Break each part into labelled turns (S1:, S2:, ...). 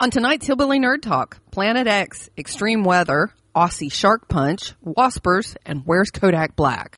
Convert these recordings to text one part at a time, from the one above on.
S1: On tonight's Hillbilly Nerd Talk, Planet X, Extreme Weather, Aussie Shark Punch, Waspers, and Where's Kodak Black?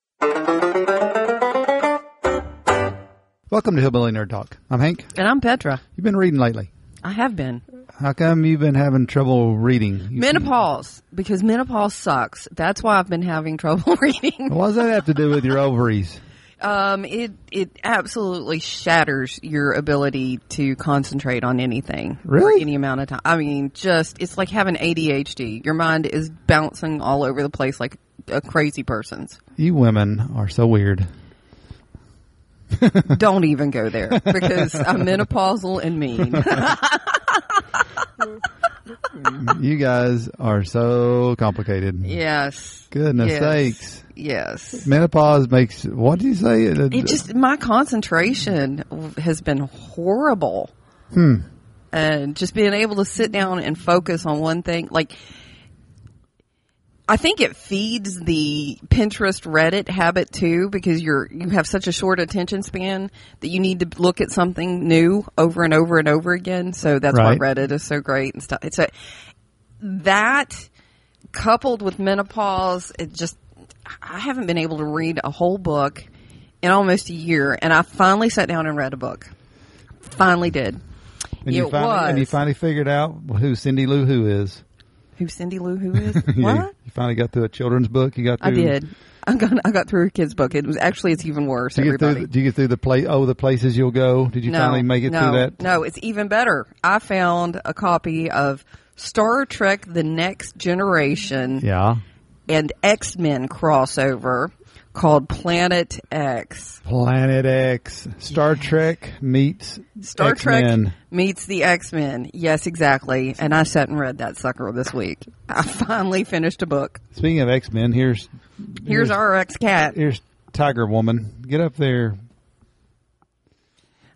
S2: Welcome to Hillbilly Nerd Talk. I'm Hank.
S1: And I'm Petra.
S2: You've been reading lately.
S1: I have been.
S2: How come you've been having trouble reading? You
S1: Menopause, because menopause sucks. That's why I've been having trouble reading.
S2: seem- What does that have to do with your ovaries?
S1: Um, it, it absolutely shatters your ability to concentrate on anything. For
S2: Really?
S1: any amount of time. I mean, just, it's like having ADHD. Your mind is bouncing all over the place like a crazy person's.
S2: You women are so weird.
S1: Don't even go there because I'm menopausal and mean.
S2: You guys are so complicated.
S1: Yes.
S2: Goodness
S1: Yes.
S2: sakes.
S1: Yes.
S2: Menopause makes, what do you say? Uh,
S1: It just my concentration has been horrible. And just being able to sit down and focus on one thing, like I think it feeds the Pinterest Reddit habit too because you're you have such a short attention span that you need to look at something new over and over and over again. So that's
S2: Right.
S1: why Reddit is so great and stuff. It's a that coupled with menopause, it just I haven't been able to read a whole book in almost a year, and I finally sat down and read a book. Finally did.
S2: and you
S1: it
S2: finally, And you
S1: was.
S2: finally figured out who Cindy Lou Who is.
S1: Who Cindy Lou Who is?
S2: You-
S1: what?
S2: You finally got through a children's book. You got
S1: I
S2: through.
S1: did. I got I got through a kid's book. It was actually it's even worse.
S2: Do you get
S1: everybody.
S2: through, do you get through the place? Oh, the places you'll go. Did you finally make it
S1: no,
S2: through that?
S1: No, it's even better. I found a copy of Star Trek: The Next Generation
S2: Yeah.
S1: and X Men crossover called Planet X.
S2: Planet X, Star Trek meets
S1: Star
S2: X-Men.
S1: Trek meets the X Men. Yes, exactly. And I sat and read that sucker this week. I finally finished a book.
S2: Speaking of X Men, here's
S1: Here's our X Cat.
S2: here's Tiger Woman. Get up there.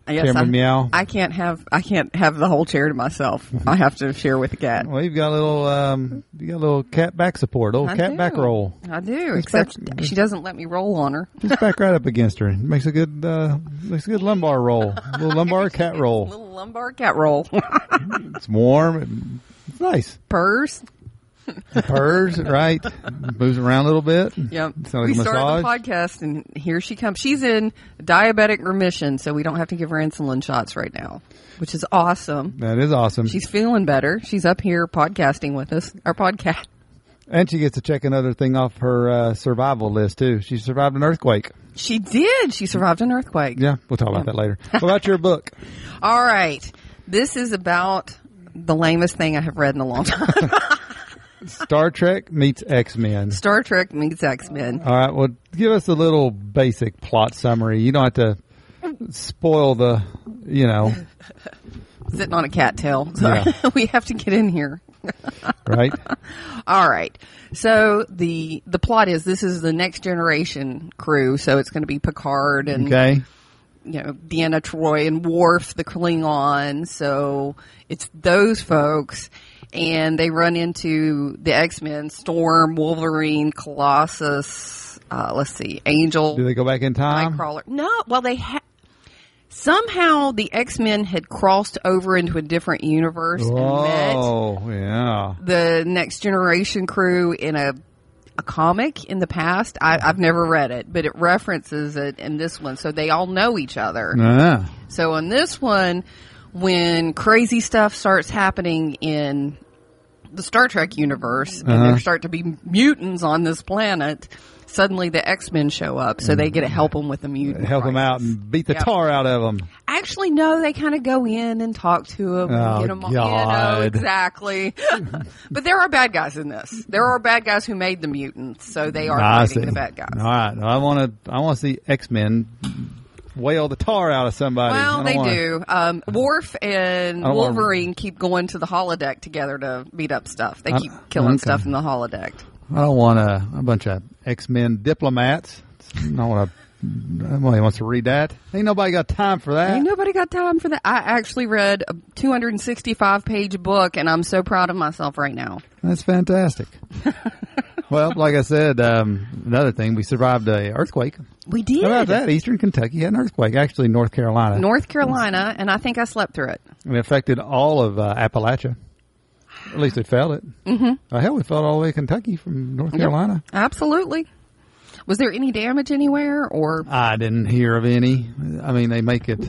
S1: Yes,
S2: Cameron
S1: I-
S2: Meow.
S1: I can't have I can't have the whole chair to myself. I have to share with the cat.
S2: Well, you've got a little um, you got a little cat back support, a little
S1: I
S2: cat
S1: do.
S2: back roll.
S1: I do,
S2: It's
S1: except
S2: back-
S1: she doesn't let me roll on her.
S2: Just back right up against her. Makes a good uh, makes a good lumbar roll, a little lumbar cat roll.
S1: Little lumbar cat roll.
S2: It's warm. and It's nice.
S1: Purrs.
S2: It purrs right, moves around a little bit.
S1: Yep.
S2: It's not like
S1: we
S2: a massage.
S1: started the podcast and here she comes. She's in diabetic remission, so we don't have to give her insulin shots right now, which is awesome.
S2: that is awesome.
S1: She's feeling better. She's up here podcasting with us. Our podcast.
S2: and she gets to check another thing off her uh, survival list too. She survived an earthquake.
S1: She did. She survived an earthquake.
S2: Yeah, we'll talk about that later. What about your book?
S1: All right. This is about the lamest thing I have read in a long time.
S2: Star Trek meets X Men.
S1: Star Trek meets X Men.
S2: All right, well, give us a little basic plot summary. You don't have to spoil the, you know,
S1: Sitting on a cattail. Sorry. we have to get in here.
S2: right?
S1: All right. So the the plot is this is the next generation crew, so it's going to be Picard and
S2: Okay.
S1: you know Deanna Troy and Worf, the Klingon. So it's those folks, and they run into the X Men, Storm, Wolverine, Colossus. Uh, let's see, Angel.
S2: Do they go back in time?
S1: Nightcrawler. No, well they ha- somehow the X Men had crossed over into a different universe and met
S2: Oh, yeah.
S1: the Next Generation crew in a a comic in the past. I, I've never read it, but it references it in this one, so they all know each other.
S2: Ah,
S1: So on this one, when crazy stuff starts happening in the Star Trek universe, and
S2: Uh-huh.
S1: there start to be mutants on this planet. Suddenly, the X Men show up, so they get to help them with the mutant.
S2: help them
S1: crisis.
S2: out and beat the
S1: Yep.
S2: tar out of them.
S1: Actually, no, they kind of go in and talk to them.
S2: Oh,
S1: and get them, You know,
S2: God.
S1: exactly. but there are bad guys in this. There are bad guys who made the mutants, so they are
S2: Ah, I see.
S1: fighting the bad guys.
S2: All right. I want to. I want to see X Men wail the tar out of somebody.
S1: Well,
S2: I don't
S1: they
S2: wanna-
S1: do. Um, Worf and
S2: I don't wanna-
S1: Wolverine keep going to the holodeck together to beat up stuff. They
S2: Uh,
S1: keep killing
S2: okay.
S1: stuff in the holodeck.
S2: I don't want a, a bunch of X Men diplomats. I don't want to. Nobody wants to read that. Ain't nobody got time for that.
S1: Ain't nobody got time for that. I actually read a 265 page book, and I'm so proud of myself right now.
S2: That's fantastic. well, like I said, um, another thing, we survived a earthquake.
S1: We did.
S2: How about that? Eastern Kentucky had an earthquake. Actually, North Carolina.
S1: North Carolina, and I think I slept through it.
S2: And it affected all of uh, Appalachia. At least they felt it. Mm-hmm. hell, we felt all the way to Kentucky from North Carolina.
S1: Absolutely. Was there any damage anywhere or
S2: I didn't hear of any. I mean, they make it.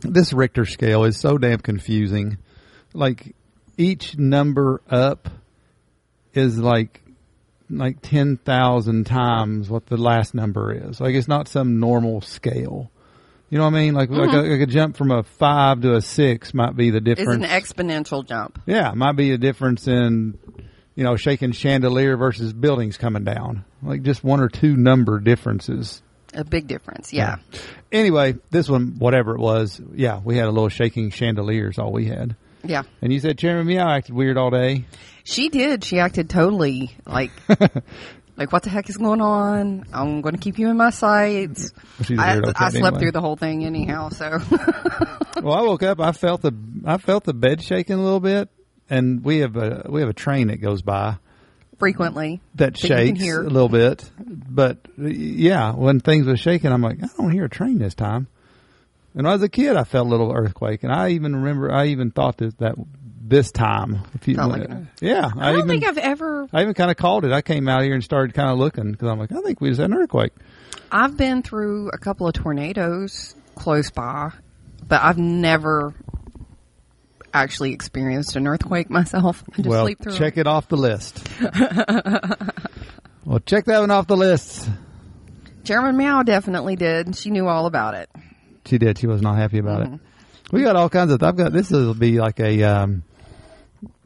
S2: This Richter scale is so damn confusing. Like each number up is like like ten thousand times what the last number is. Like it's not some normal scale. You know what I mean? Like like, a, like a jump from a five to a six might be the
S1: Mm-hmm. is
S2: difference.
S1: an exponential jump?
S2: Yeah, it might be a difference in, you know, shaking chandelier versus buildings coming down. Like just one or two number differences.
S1: A big difference. Yeah.
S2: Anyway, this one, whatever it was, yeah, we had a little shaking chandeliers, all we had.
S1: Yeah.
S2: And you said Chairman Meow acted weird all day.
S1: She did. She acted totally like like what the heck is going on? I'm going to keep you in my sights.
S2: She's a
S1: I,
S2: weirdo
S1: I slept
S2: kid anyway.
S1: through the whole thing anyhow, so
S2: Well, I woke up. I felt the I felt the bed shaking a little bit, and we have a we have a train that goes by.
S1: frequently
S2: that
S1: you can
S2: shakes
S1: hear.
S2: a little bit. But uh, yeah, when things were shaking, I'm like, I don't hear a train this time. And when I was a kid, I felt a little earthquake, and I even remember, I even thought that that this time, if you,
S1: Felt like an-
S2: yeah, I,
S1: I don't
S2: even,
S1: think I've ever
S2: I even kind of called it. I came out here and started kind of looking because I'm like, I think we was at an earthquake.
S1: I've been through a couple of tornadoes close by, but I've never actually experienced an earthquake myself. I just
S2: well,
S1: sleep through
S2: check it off the list. well, check that one off the list.
S1: it. Chairman Mao definitely did. and She knew all about it.
S2: She did. She was not happy about it.
S1: Mm-hmm.
S2: We got all kinds of. I've got this. Will be like a um,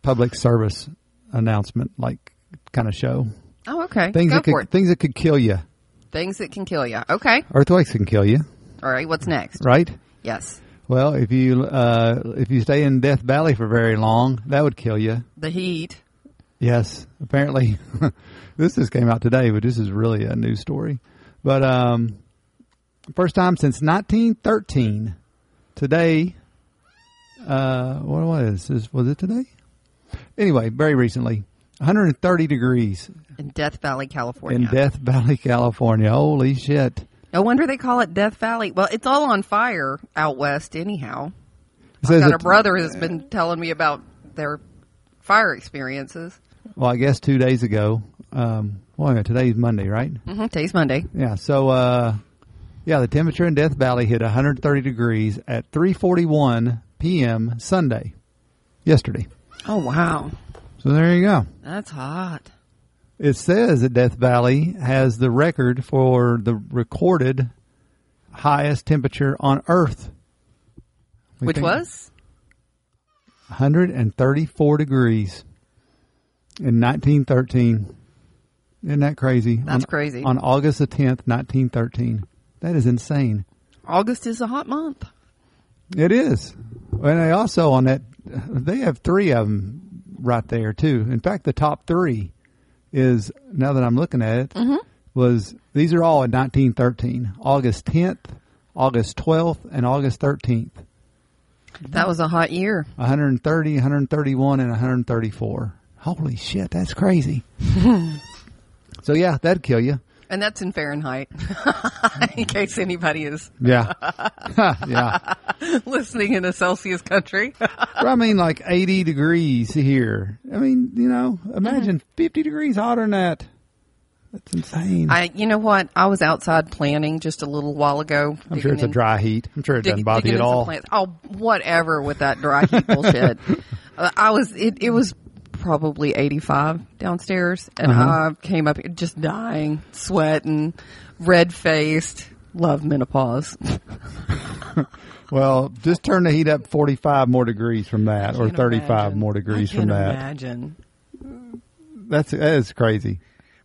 S2: public service announcement, like kind of show.
S1: Oh, okay.
S2: Things
S1: Go
S2: that
S1: for
S2: could
S1: it.
S2: things that could kill you.
S1: Things that can kill you. Okay.
S2: Earthquakes can kill you,
S1: All right. What's next?
S2: right?
S1: Yes.
S2: Well, if you uh, if you stay in Death Valley for very long, that would kill you.
S1: The heat.
S2: Yes, apparently, this just came out today, but this is really a news story. But um, first time since 1913. Today, uh, what was this? Was it today? Anyway, very recently, 130 degrees
S1: In Death Valley, California.
S2: in Death Valley, California. Holy shit!
S1: no wonder they call it Death Valley. Well, it's all on fire out west, anyhow.
S2: It says
S1: Got a
S2: it-
S1: brother has been telling me about their fire experiences.
S2: Well, I guess two days ago. Um, well, anyway, today's Monday, right?
S1: Mm-hmm. Today's Monday.
S2: Yeah. So, uh, yeah, the temperature in Death Valley hit 130 degrees at 3:41 p.m. Sunday, yesterday.
S1: Oh wow,
S2: So there you go.
S1: that's hot.
S2: It says that Death Valley has the record for the recorded highest temperature on Earth, We
S1: Which
S2: think
S1: was
S2: 134 degrees in 1913. Isn't that crazy?
S1: That's
S2: On-
S1: crazy.
S2: On August the 10th, 1913. That is insane.
S1: August is a hot month.
S2: It is. And they also on that, they have three of them right there too. In fact, the top three is now that I'm looking at it was these are all in 1913, August 10th, August 12th, and August 13th.
S1: That was a hot year.
S2: 130, 131, and 134. Holy shit, that's crazy. so yeah, that'd kill you.
S1: And that's in Fahrenheit, in case anybody is
S2: Yeah, yeah.
S1: listening in a Celsius country.
S2: Well, I mean, like 80 degrees here. I mean, you know, imagine
S1: Uh-huh.
S2: 50 degrees hotter than that. That's insane. I,
S1: I, you know what? I was outside planning just a little while ago.
S2: am sure it's a dry heat. I'm sure it doesn't bother you at all.
S1: Oh, whatever with that dry heat bullshit. Uh, I was. It, it was probably 85 downstairs, and
S2: Uh-huh.
S1: I came up here just dying, sweating, red faced. Love menopause.
S2: Well, just turn the heat up 45 more degrees from that or
S1: can't
S2: 35
S1: imagine.
S2: more degrees
S1: I can't
S2: from that.
S1: Imagine.
S2: That's that is crazy.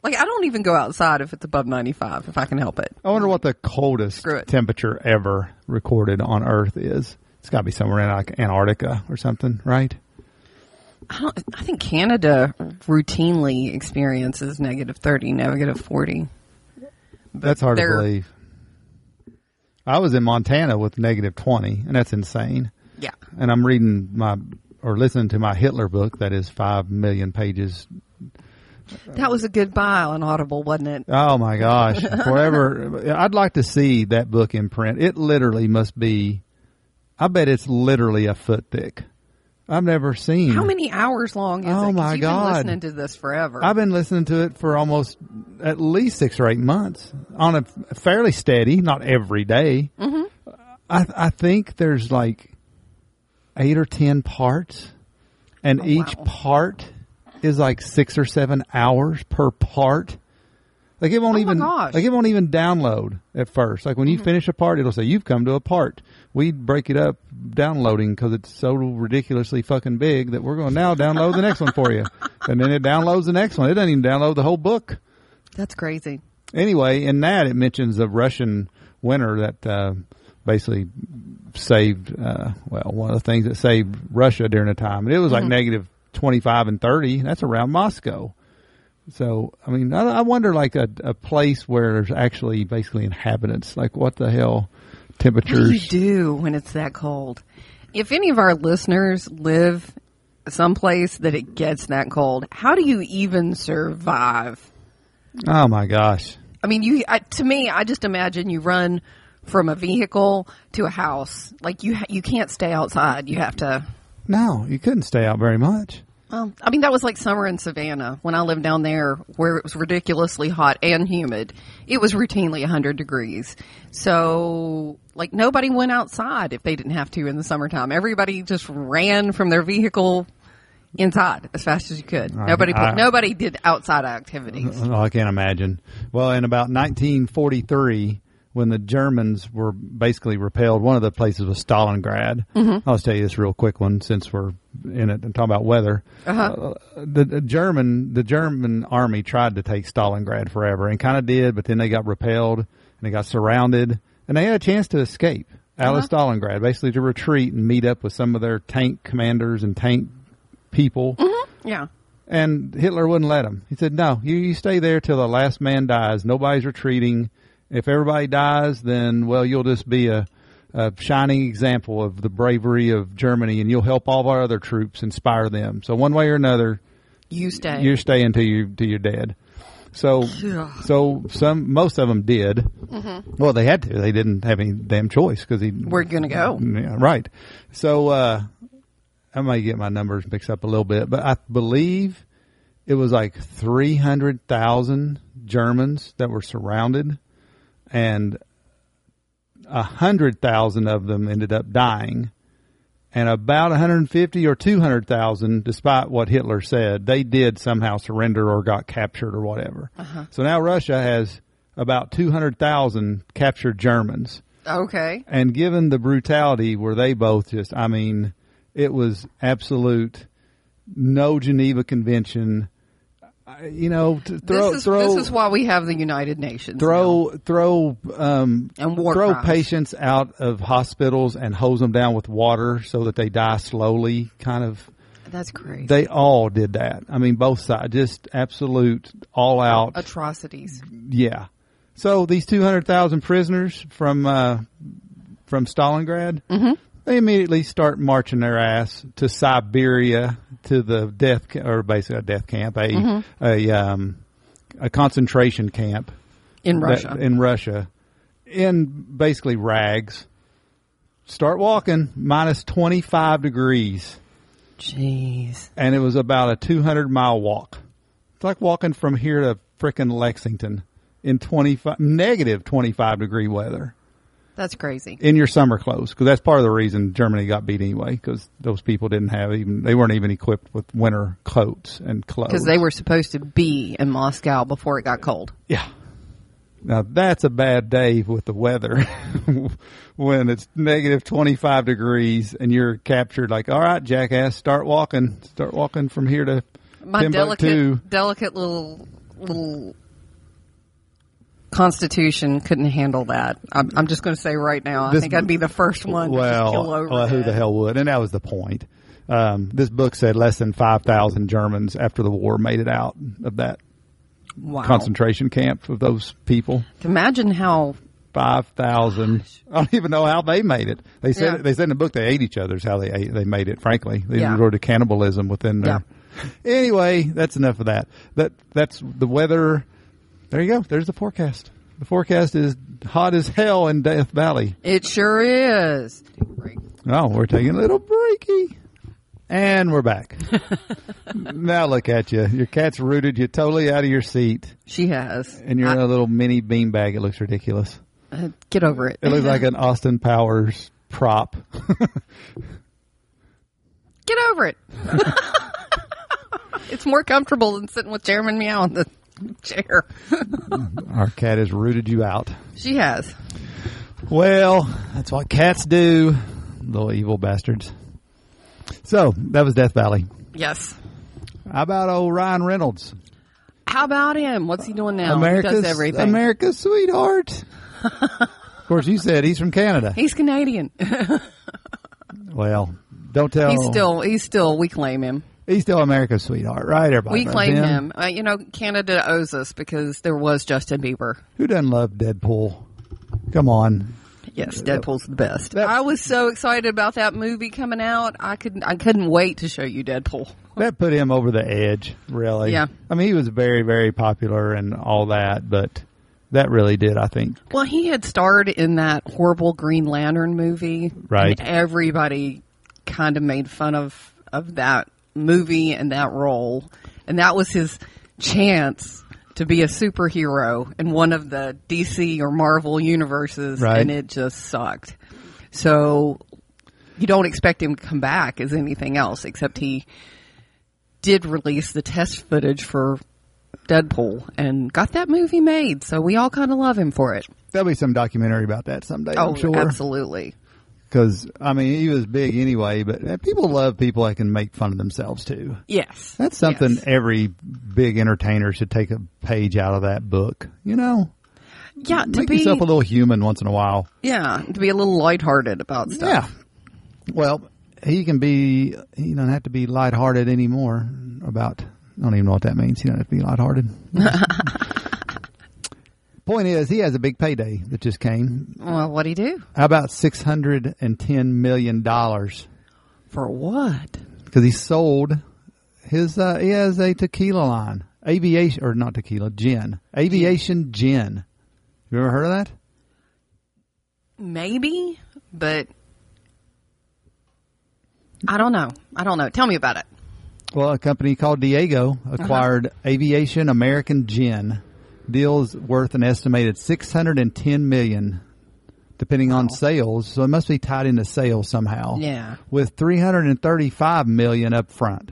S1: Like I don't even go outside if it's above 95 if I can help it.
S2: I wonder what the coldest
S1: Screw it.
S2: temperature ever recorded on Earth is. It's got to be somewhere in like Antarctica or something, right?
S1: I don't I think Canada routinely experiences negative 30, negative 40.
S2: That's hard to
S1: they're-
S2: believe. I was in Montana with negative 20, and that's insane.
S1: Yeah.
S2: and I'm reading my or listening to my Hitler book that is five million pages.
S1: That was a good buy on Audible, wasn't it?
S2: Oh my gosh! Forever, I'd like to see that book in print. It literally must be. I bet it's literally a foot thick. I've never seen.
S1: How many hours long is it?
S2: Hmm. Oh,
S1: 'Cause
S2: my
S1: you've
S2: God.
S1: Been listening to this forever.
S2: I've been listening to it for almost at least six or eight months on a f- fairly steady, not every day.
S1: Mm-hmm.
S2: I, I think there's like eight or ten parts, and each
S1: Oh, wow.
S2: part is like six or seven hours per part. Like it won't
S1: Oh, my
S2: even
S1: gosh. Mm-hmm.
S2: like it won't even download at first. Like when you finish a part, it'll say you've come to a part. We break it up downloading because it's so ridiculously fucking big that we're going to now download the next one for you, and then it downloads the next one. It doesn't even download the whole book
S1: That's crazy.
S2: anyway, in that it mentions a Russian winter that uh, basically saved, uh, well, one of the things that saved Russia during the time. And it was like negative 25 and 30. That's around Moscow. So, I mean, I, I wonder like a, a place where there's actually basically inhabitants. Like, what the hell temperatures?
S1: What do you do when it's that cold? If any of our listeners live someplace that it gets that cold, how do you even survive?
S2: Oh my gosh.
S1: I mean, you I, to me, I just imagine you run from a vehicle to a house. Like you, ha- you can't stay outside. You have to.
S2: No, you couldn't stay out very much.
S1: Well, Um, I mean, that was like summer in Savannah when I lived down there, where it was ridiculously hot and humid. It was routinely 100 degrees. So, like, nobody went outside if they didn't have to in the summertime. Everybody just ran from their vehicle inside as fast as you could. nobody, put,
S2: I-
S1: nobody did outside activities.
S2: Oh, I can't imagine. Well, in about 1943, when the Germans were basically repelled, one of the places was Stalingrad. I'll just tell you this real quick one since we're in it and talking about weather. Uh, the, the German the German army tried to take Stalingrad forever and kind of did, but then they got repelled and they got surrounded and they had a chance to escape out of Stalingrad, basically to retreat and meet up with some of their tank commanders and tank people.
S1: Yeah.
S2: And Hitler wouldn't let him. He said, "No, you, you stay there till the last man dies. Nobody's retreating. If everybody dies, then well, you'll just be a, a shining example of the bravery of Germany, and you'll help all of our other troops inspire them. So one way or another,
S1: You stay.
S2: you're staying till you till you're dead." So,
S1: Yeah. Mm-hmm.
S2: so some most of them did. Well, they had to. They didn't have any damn choice because he
S1: We're going to go.
S2: yeah, right. So uh, I might get my numbers mixed up a little bit, but I believe it was like 300,000 Germans that were surrounded, and 100,000 of them ended up dying. And about 150 or 200,000, despite what Hitler said, they did somehow surrender or got captured or whatever. So now Russia has about 200,000 captured Germans
S1: Okay.
S2: and given the brutality where they both just i mean it was absolute no geneva convention I- you know to throw
S1: this is
S2: throw
S1: this is why we have the United Nations. now.
S2: throw throw um
S1: And war
S2: throw
S1: crimes.
S2: patients out of hospitals and hose them down with water so that they die slowly kind of
S1: That's crazy.
S2: they all did that i mean both sides just absolute all out
S1: Atrocities.
S2: yeah. So these 200,000 prisoners from uh, from Stalingrad, they immediately start marching their ass to Siberia to the death ca- or basically a death camp, a a um, a concentration camp
S1: In
S2: that-
S1: Russia.
S2: in Russia in basically rags. Start walking minus 25 degrees
S1: Jeez.
S2: and it was about a 200 mile walk. It's like walking from here to frickin' Lexington in 25 negative 25 degree weather
S1: That's crazy.
S2: in your summer clothes because that's part of the reason Germany got beat anyway because those people didn't have even they weren't even equipped with winter coats and clothes
S1: Because they were supposed to be in Moscow before it got cold.
S2: yeah. Now that's a bad day with the weather when it's negative 25 degrees and you're captured like all right jackass start walking start walking from here to
S1: My
S2: Timbuktu.
S1: delicate, delicate little little constitution couldn't handle that. I'm, I'm just going to say right now. I
S2: This-
S1: think I'd be the first one to
S2: well,
S1: just kill over.
S2: well, who
S1: that.
S2: the hell would? And that was the point. Um, this book said less than 5,000 Germans after the war made it out of that
S1: Wow.
S2: concentration camp of those people.
S1: Imagine how.
S2: 5,000. I don't even know how they made it. They said
S1: Yeah.
S2: they said in the book they ate each other's how they ate, they made it, frankly. They
S1: Yeah.
S2: resorted to cannibalism within their. Anyway, that's enough of that. That that's the weather. There you go. There's the forecast. The forecast is hot as hell in Death Valley.
S1: It sure is. Take a break.
S2: Oh, we're taking a little breaky. And we're back. now look at you. Your cat's rooted you totally out of your seat,
S1: She has.
S2: and you're in a little mini beanbag. It looks ridiculous.
S1: I- get over it.
S2: It looks like an Austin Powers prop.
S1: Get over it. it's more comfortable than sitting with Chairman Meow in the chair.
S2: Our cat has rooted you out.
S1: She has.
S2: Well, that's what cats do, little evil bastards. So that was Death Valley.
S1: Yes.
S2: How about old Ryan Reynolds?
S1: How about him? What's Oh, he doing now?
S2: America's
S1: he does everything.
S2: America's sweetheart. of course, you said he's from Canada.
S1: he's Canadian.
S2: Well, don't tell.
S1: He's still. He's still. We claim him.
S2: he's still America's sweetheart, right? Everybody.
S1: We
S2: loves
S1: claim him. Uh, you know, Canada owes us because there was Justin Bieber.
S2: Who doesn't love Deadpool? Come on.
S1: Yes, Deadpool's the best.
S2: that-
S1: I was so excited about that movie coming out. I couldn't. I couldn't wait to show you Deadpool.
S2: That put him over the edge, really.
S1: Yeah.
S2: I mean, he was very, very popular and all that, but that really did, I think.
S1: Well, he had starred in that horrible Green Lantern movie.
S2: Right.
S1: And everybody kind of made fun of of that movie and that role. And that was his chance to be a superhero in one of the DC or Marvel universes
S2: Right.
S1: and it just sucked. So you don't expect him to come back as anything else except he did release the test footage for Deadpool and got that movie made. So we all kind of love him for it.
S2: There'll be some documentary about that someday,
S1: Oh,
S2: I'm sure.
S1: absolutely.
S2: Because, I mean, he was big anyway, but uh, people love people that can make fun of themselves, too.
S1: Yes.
S2: That's something
S1: Yes.
S2: every big entertainer should take a page out of that book. You know,
S1: Yeah, to
S2: make
S1: be
S2: yourself a little human once in a while.
S1: yeah, to be a little lighthearted about stuff.
S2: Yeah. Well, he can be. He don't have to be lighthearted anymore. About I don't even know what that means. He don't have to be lighthearted. Point is, he has a big payday that just came.
S1: Well, what do you do?
S2: How about six hundred and ten million dollars?
S1: For what?
S2: Because he sold his. Uh, he has a tequila line, aviation or not tequila, gin, aviation gin. You ever heard of that?
S1: Maybe, but I don't know. I don't know. Tell me about it.
S2: Well, a company called Diego acquired Aviation American Gin. Deals worth an estimated six hundred and ten million, depending on sales. So it must be tied into sales somehow.
S1: Yeah.
S2: with three hundred and thirty-five million up front.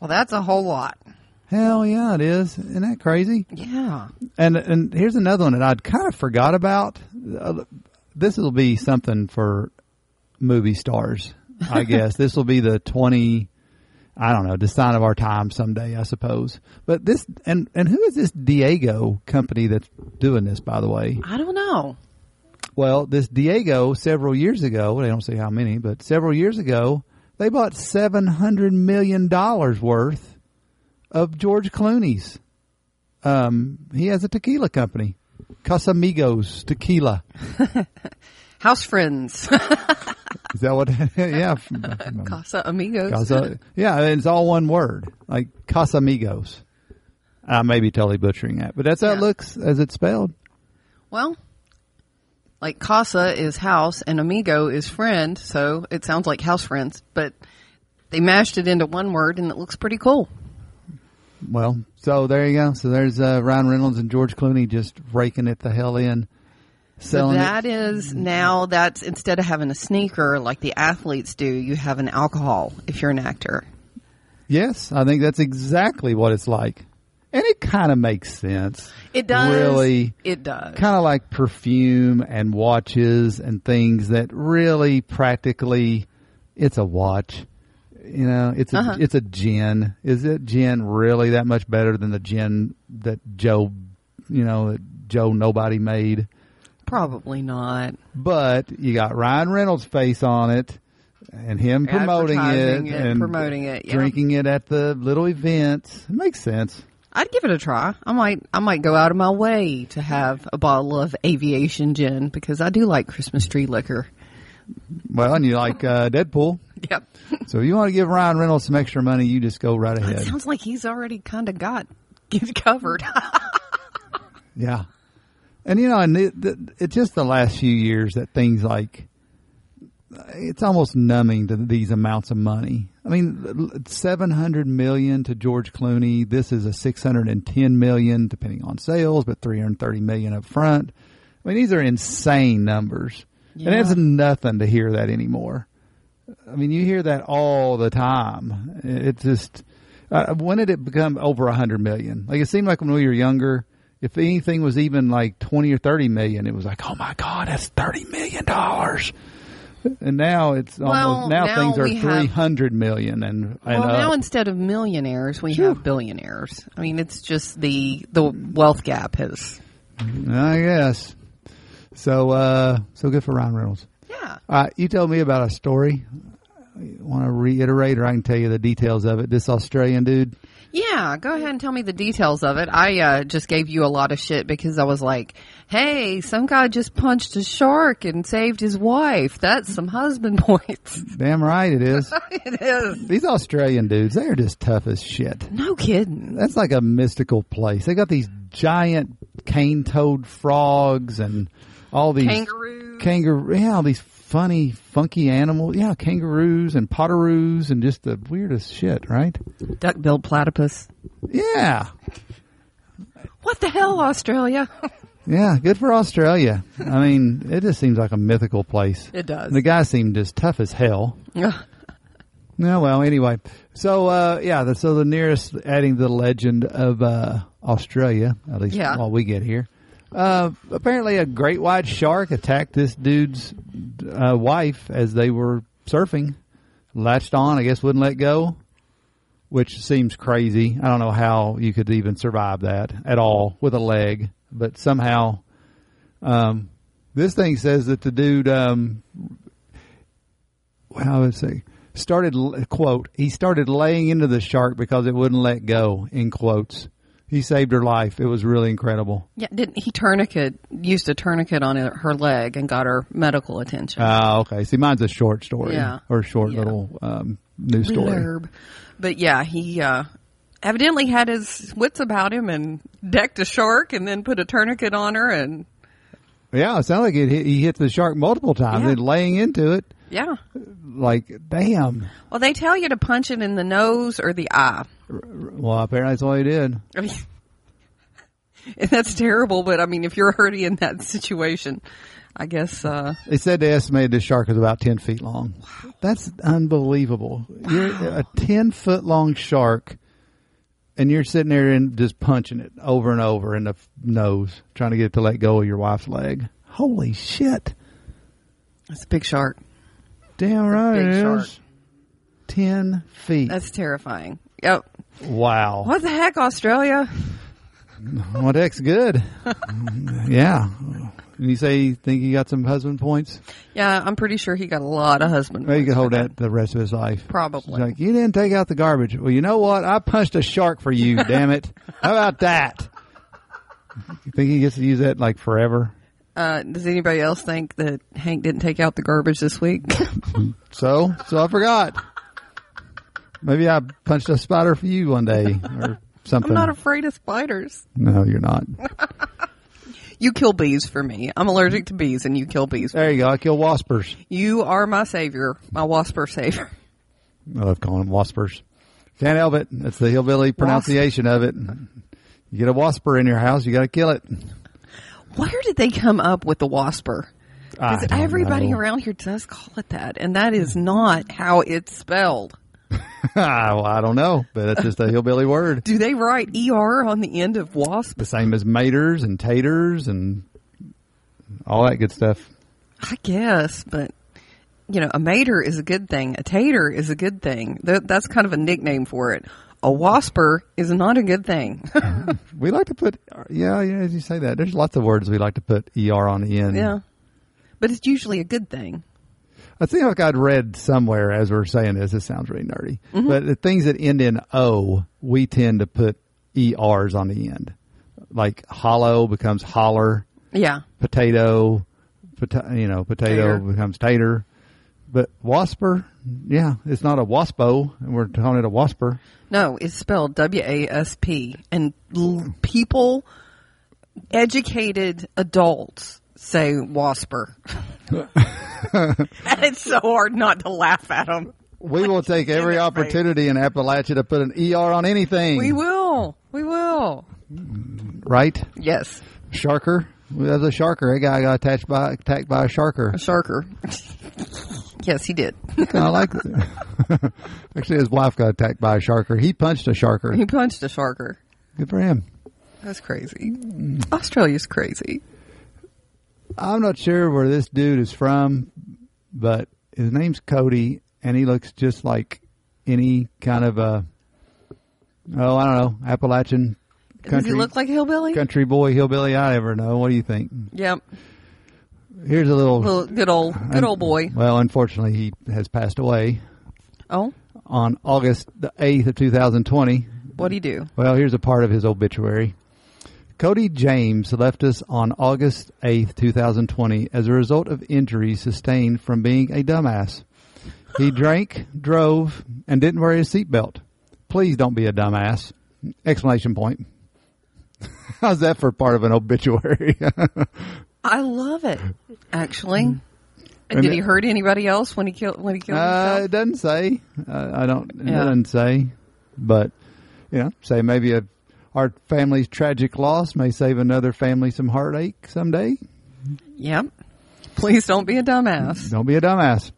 S1: Well, that's a whole lot.
S2: Hell yeah, it is. Isn't that crazy?
S1: Yeah.
S2: And and here's another one that I'd kind of forgot about. Uh, This will be something for movie stars, I guess. this will be the twenty. I don't know the sign of our time someday, I suppose. But this and and who is this Diego company that's doing this? By the way,
S1: I don't know.
S2: well, this Diego several years ago. They don't say how many, but several years ago, they bought seven hundred million dollars worth of George Clooney's. Um, he has a tequila company, Casamigos Tequila.
S1: House friends,
S2: Is that what? yeah,
S1: casa amigos.
S2: Casa. Yeah, and it's all one word, like Casamigos. I may be totally butchering that, but that's how it
S1: Yeah.
S2: looks as it's spelled.
S1: Well, like casa is house and amigo is friend, so it sounds like house friends, but they mashed it into one word and it looks pretty cool.
S2: Well, so there you go. So there's uh, Ryan Reynolds and George Clooney just raking it the hell in,
S1: So
S2: selling
S1: that is now that's instead of having a sneaker like the athletes do, you have an alcohol if you're an actor.
S2: it. Yes, I think that's exactly what it's like, and it kind of makes sense.
S1: It does.
S2: really
S1: It does.
S2: kind of like perfume and watches and things that really practically it's a watch. You know, it's a
S1: Uh-huh.
S2: it's a gin. Is it gin really that much better than the gin that Joe, you know, that Joe nobody made?
S1: Probably not.
S2: but you got Ryan Reynolds' face on it and him promoting it,
S1: Advertising it,
S2: and
S1: promoting it, yeah.
S2: drinking it at the little events. It makes sense.
S1: I'd give it a try. I might I might go out of my way to have a bottle of aviation gin because I do like Christmas tree liquor.
S2: Well, and you like uh, Deadpool,
S1: Yep.
S2: so if you want to give Ryan Reynolds some extra money, you just go right
S1: It
S2: ahead.
S1: sounds like he's already kind of got it covered.
S2: Yeah, and you know, and it, th- it's just the last few years that things like it's almost numbing to these amounts of money. I mean, seven hundred million to George Clooney. This is a six hundred and ten million, depending on sales, but three hundred thirty million up front. I mean, these are insane numbers,
S1: Yeah.
S2: and it's nothing to hear that anymore. I mean, you hear that all the time. It just uh, when did it become over a hundred million? Like it seemed like when we were younger, if anything was even like twenty or thirty million, it was like, oh my god, that's thirty million dollars. And now it's
S1: Well,
S2: almost now,
S1: now
S2: things are
S1: we have-
S2: three hundred million and and
S1: Well, now
S2: up.
S1: instead of millionaires, we
S2: Phew.
S1: have billionaires. I mean, it's just the the wealth gap has.
S2: I guess. So uh, so good for Ryan Reynolds.
S1: Yeah.
S2: Uh, you told me about a story. Want to reiterate, or I can tell you the details of it. This Australian dude.
S1: Yeah, go ahead and tell me the details of it. I uh, just gave you a lot of shit because I was like, hey, some guy just punched a shark and saved his wife. That's some husband points.
S2: Damn right it is.
S1: it is.
S2: These Australian dudes, they are just tough as shit.
S1: No kidding.
S2: That's like a mystical place. They got these giant cane toad frogs and all these
S1: Kangaroos.
S2: kangaroo, yeah, all these funny, funky animals. Yeah, kangaroos and potoroos and just the weirdest shit, right?
S1: Duck-billed platypus.
S2: Yeah.
S1: What the hell, Australia?
S2: Yeah, good for Australia. I mean, it just seems like a mythical place.
S1: It does.
S2: The guy seemed as tough as hell. No, well, anyway. So, uh, yeah, the, so the nearest, adding the legend of uh, Australia, at least
S1: Yeah.
S2: while we get here. Uh, apparently, a great white shark attacked this dude's uh, wife as they were surfing. Latched on, I guess, wouldn't let go, which seems crazy. I don't know how you could even survive that at all with a leg, but somehow. Um, this thing says that the dude um, how would I say started quote he started laying into the shark because it wouldn't let go in quotes he saved her life it was really incredible
S1: yeah, didn't he tourniquet, used a tourniquet on her her leg and got her medical attention.
S2: Ah, okay see mine's a short story
S1: Yeah.
S2: or a short
S1: Yeah.
S2: little um, news story
S1: blurb. But yeah, he uh, evidently had his wits about him and decked a shark and then put a tourniquet on her and
S2: yeah it sounded like it, hit- he hit the shark multiple times
S1: Yeah.
S2: and laying into it
S1: yeah.
S2: like damn
S1: Well, they tell you to punch it in the nose or the eye.
S2: well apparently that's what he did
S1: I mean, and that's terrible, but I mean, if you're already in that situation, I guess uh,
S2: They said they estimated this shark was about 10 feet long. That's unbelievable. You're a 10 foot long shark and you're sitting there and just punching it over and over in the f- nose, trying to get it to let go of your wife's leg. Holy shit.
S1: it's a big shark.
S2: Damn right
S1: big
S2: it
S1: shark.
S2: is. 10 feet.
S1: That's terrifying. Oh,
S2: wow.
S1: what the heck, Australia?
S2: What the heck's good? yeah. And you say you think you got some husband points?
S1: Yeah, I'm pretty sure he got a lot of husband.
S2: Well, you
S1: points
S2: can hold
S1: for
S2: that the rest of his life.
S1: Probably.
S2: It's like, you didn't take out the garbage. Well, you know what? I punched a shark for you, damn it. How about that? You think he gets to use that like forever?
S1: Uh, does anybody else think that Hank didn't take out the garbage this week?
S2: So, so I forgot. Maybe I punched a spider for you one day or something.
S1: I'm not afraid of spiders.
S2: no, you're not.
S1: You kill bees for me. I'm allergic to bees, and you kill bees.
S2: There you go. I kill waspers.
S1: You are my savior, my wasper savior.
S2: I love calling them waspers. Can't help it. That's the hillbilly pronunciation of it. You get a wasper in your house, you got to kill it.
S1: Where did they come up with the wasper?
S2: I
S1: Because
S2: don't
S1: everybody
S2: know.
S1: around here does call it that, and that is not how it's spelled.
S2: well, I don't know, but that's just a hillbilly word.
S1: Do they write er on the end of wasp?
S2: the same as maters and taters and all that good stuff.
S1: I guess, but you know, a mater is a good thing. A tater is a good thing. Th- that's kind of a nickname for it. A wasper is not a good thing.
S2: Hmm. We like to put, yeah, yeah, as you say that, there's lots of words we like to put ER on the end.
S1: yeah, but it's usually a good thing.
S2: I think like I'd read somewhere as we're saying this, this sounds really nerdy, but the things that end in O, we tend to put ERs on the end. Like hollow becomes holler,
S1: Yeah.
S2: potato, pota- you know,
S1: Tater.
S2: potato becomes tater. But wasper, yeah, it's not a waspo, and we're calling it a wasper.
S1: No, it's spelled W A S P. And l- people, educated adults, say wasper. and it's so hard not to laugh at them.
S2: We will take
S1: their
S2: every
S1: face.
S2: opportunity in Appalachia to put an ER on anything.
S1: We will. We will.
S2: Right?
S1: Yes.
S2: Sharker. That's a sharker. That guy got attached by attacked by a sharker.
S1: A sharker. yes, he did.
S2: I like that. Actually, his wife got attacked by a sharker. He punched a sharker.
S1: He punched a sharker.
S2: Good for him.
S1: That's crazy. Australia's crazy.
S2: I'm not sure where this dude is from, but his name's Cody, and he looks just like any kind of a oh, I don't know, Appalachian
S1: Does
S2: country
S1: he look like a hillbilly?
S2: country boy hillbilly I ever know. What do you think?
S1: Yep.
S2: Here's a little.
S1: Little, good old, good old boy.
S2: Well, unfortunately, he has passed away
S1: Oh,
S2: on August the eighth of 2020.
S1: what'd he do?
S2: Well, here's a part of his obituary. Cody James left us on August 8th, 2020, as a result of injuries sustained from being a dumbass. He drank, drove, and didn't wear his seatbelt. Please don't be a dumbass! Exclamation point. How's that for part of an obituary?
S1: I love it. Actually,
S2: Mm. And
S1: did he
S2: it-
S1: hurt anybody else when he killed when he killed
S2: Uh, it
S1: himself?
S2: doesn't say. Uh, I don't. It
S1: Yeah.
S2: doesn't say. But you know, say maybe a, our family's tragic loss may save another family some heartache someday.
S1: Yep. Please don't be a dumbass.
S2: Don't be a dumbass.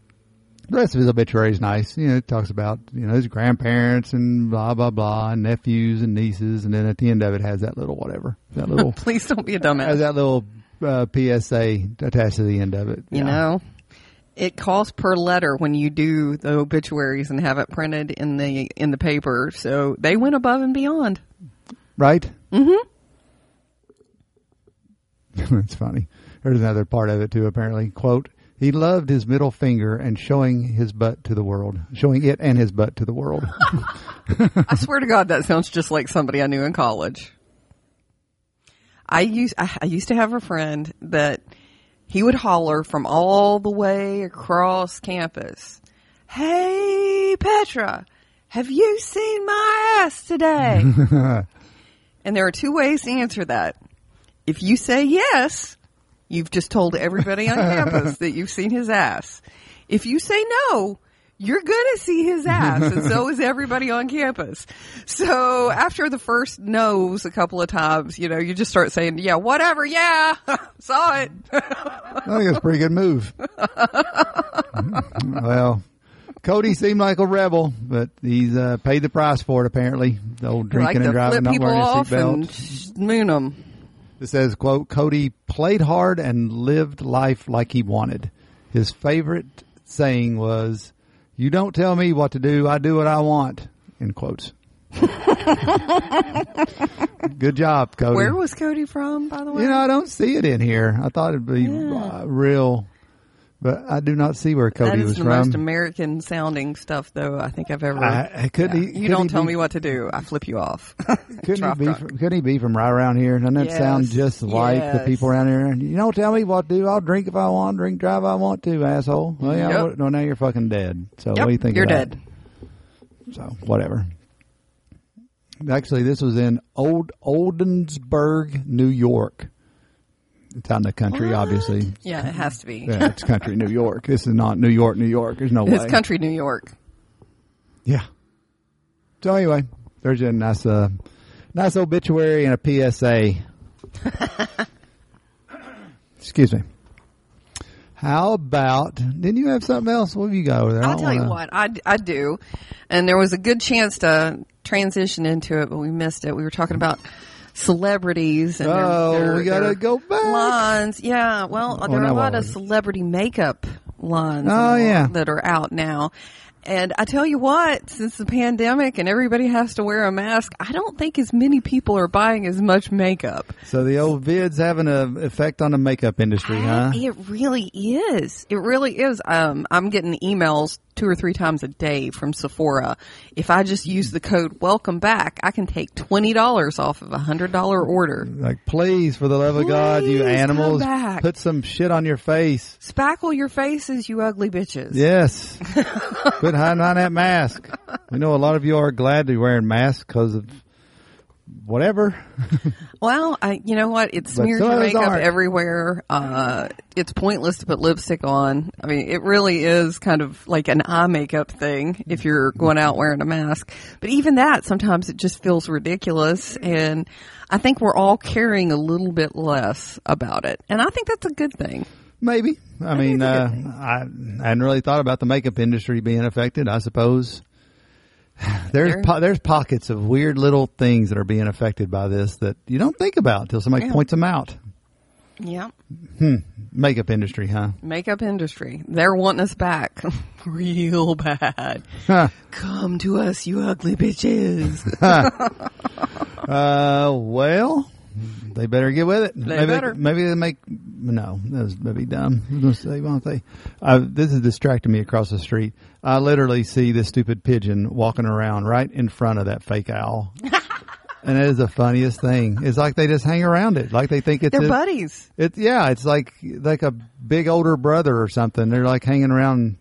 S2: The rest of his obituary is nice. You know, it talks about you know his grandparents and blah blah blah, and nephews and nieces, and then at the end of it has that little whatever, that little
S1: Please don't be a
S2: has
S1: dumbass.
S2: that little uh, PSA attached to the end of it.
S1: You
S2: Yeah.
S1: know, it costs per letter when you do the obituaries and have it printed in the in the paper. So they went above and beyond.
S2: right? Mm-hmm. That's funny. There's another part of it too. Apparently, quote: He loved his middle finger and showing his butt to the world, showing it and his butt to the world.
S1: I swear to God, that sounds just like somebody I knew in college. I used I, I used to have a friend that he would holler from all the way across campus, "Hey Petra, have you seen my ass today?" and there are two ways to answer that. If you say yes, you've just told everybody on campus that you've seen his ass. If you say no, you're going to see his ass, and so is everybody on campus. So after the first no's a couple of times, you know, you just start saying, yeah, whatever, yeah, saw it.
S2: I think that's a pretty good move. Mm-hmm. well, Cody seemed like a rebel, but he's uh, paid the price for it. Apparently, the old
S1: like
S2: drinking
S1: to
S2: and driving,
S1: flip
S2: not
S1: people
S2: wearing his
S1: off
S2: seatbelt.
S1: and sh- moon them.
S2: It says, quote, Cody played hard and lived life like he wanted. His favorite saying was, You don't tell me what to do, I do what I want, end quotes. Good job, Cody.
S1: Where was Cody from, by the way?
S2: you know, I don't see it in here. I thought it'd be uh, real, but I do not see where Cody
S1: that is
S2: was
S1: the
S2: from.
S1: most American sounding stuff, though, I think I've ever.
S2: I, I couldn't
S1: Yeah.
S2: he-
S1: you
S2: could
S1: don't
S2: he
S1: tell
S2: be-
S1: me what to do. I flip you off.
S2: Couldn't
S1: Drop
S2: he be?
S1: rock.
S2: From, couldn't he be from right around here? Doesn't that sound
S1: Yes.
S2: just like the
S1: Yes.
S2: people around here? And you don't tell me what to do. I'll drink if I want, drink drive if I want to, asshole. Well, yeah,
S1: Yep.
S2: what- no, now you're fucking dead. So
S1: Yep,
S2: what do you think?
S1: you're
S2: of that?
S1: dead.
S2: So whatever. Actually, this was in old Oldensburg, New York. It's out in the country, obviously.
S1: Yeah, it has to be.
S2: Yeah, it's country New York. This is not New York, New York. There's no
S1: It's
S2: way.
S1: country New York.
S2: Yeah. So anyway, there's a nice, uh, nice obituary and a PSA. Excuse me. How about? Didn't you have something else? What have you got over there? I
S1: I'll
S2: don't
S1: tell you
S2: wanna-
S1: what, I, I do. And there was a good chance to transition into it, but we missed it. We were talking about celebrities and their-
S2: Oh,
S1: their-
S2: we gotta
S1: their
S2: go back. Oh,
S1: lines. Yeah, well, there are
S2: now
S1: a
S2: what
S1: lot of
S2: was it?
S1: celebrity makeup lines. and
S2: Oh,
S1: all
S2: yeah.
S1: that are out now. And I tell you what, since the pandemic and everybody has to wear a mask, I don't think as many people are buying as much makeup.
S2: So the old vid's having an effect on the makeup industry, huh?
S1: I- It really is. It really is. Um, I'm getting emails two or three times a day from Sephora. If I just use the code welcome back, I can take twenty dollars off of a hundred dollar order.
S2: Like, please, for the love of God,
S1: Please
S2: you
S1: come
S2: animals,
S1: back.
S2: put some shit on your face.
S1: Spackle your faces, you ugly bitches.
S2: Yes. Quit hiding on that mask. We know a lot of you are glad to be wearing masks because of whatever.
S1: Well, I, you know what? It smears
S2: some
S1: your
S2: of us
S1: makeup
S2: aren't.
S1: everywhere. Uh, it's pointless to put lipstick on. I mean, it really is kind of like an eye makeup thing if you're going out wearing a mask. But even that, sometimes it just feels ridiculous. And I think we're all caring a little bit less about it. And I think that's a good thing.
S2: Maybe. I mean, uh, I, I hadn't really thought about the makeup industry being affected. I suppose there's
S1: Sure.
S2: po- there's pockets of weird little things that are being affected by this that you don't think about till somebody
S1: Yeah.
S2: points them out.
S1: Yeah.
S2: Makeup industry, huh?
S1: Makeup industry. They're wanting us back real bad.
S2: Huh.
S1: Come to us, you ugly bitches.
S2: Uh, well, they better get with it. maybe,
S1: better.
S2: Maybe they make no. That was that'd be dumb. I was gonna say, won't they? Uh, this is distracting me across the street. I literally see this stupid pigeon walking around right in front of that fake owl, and it is the funniest thing. It's like they just hang around it, like they think it's
S1: They're
S2: a-
S1: buddies.
S2: It's yeah, it's like like a big older brother or something. They're like hanging around.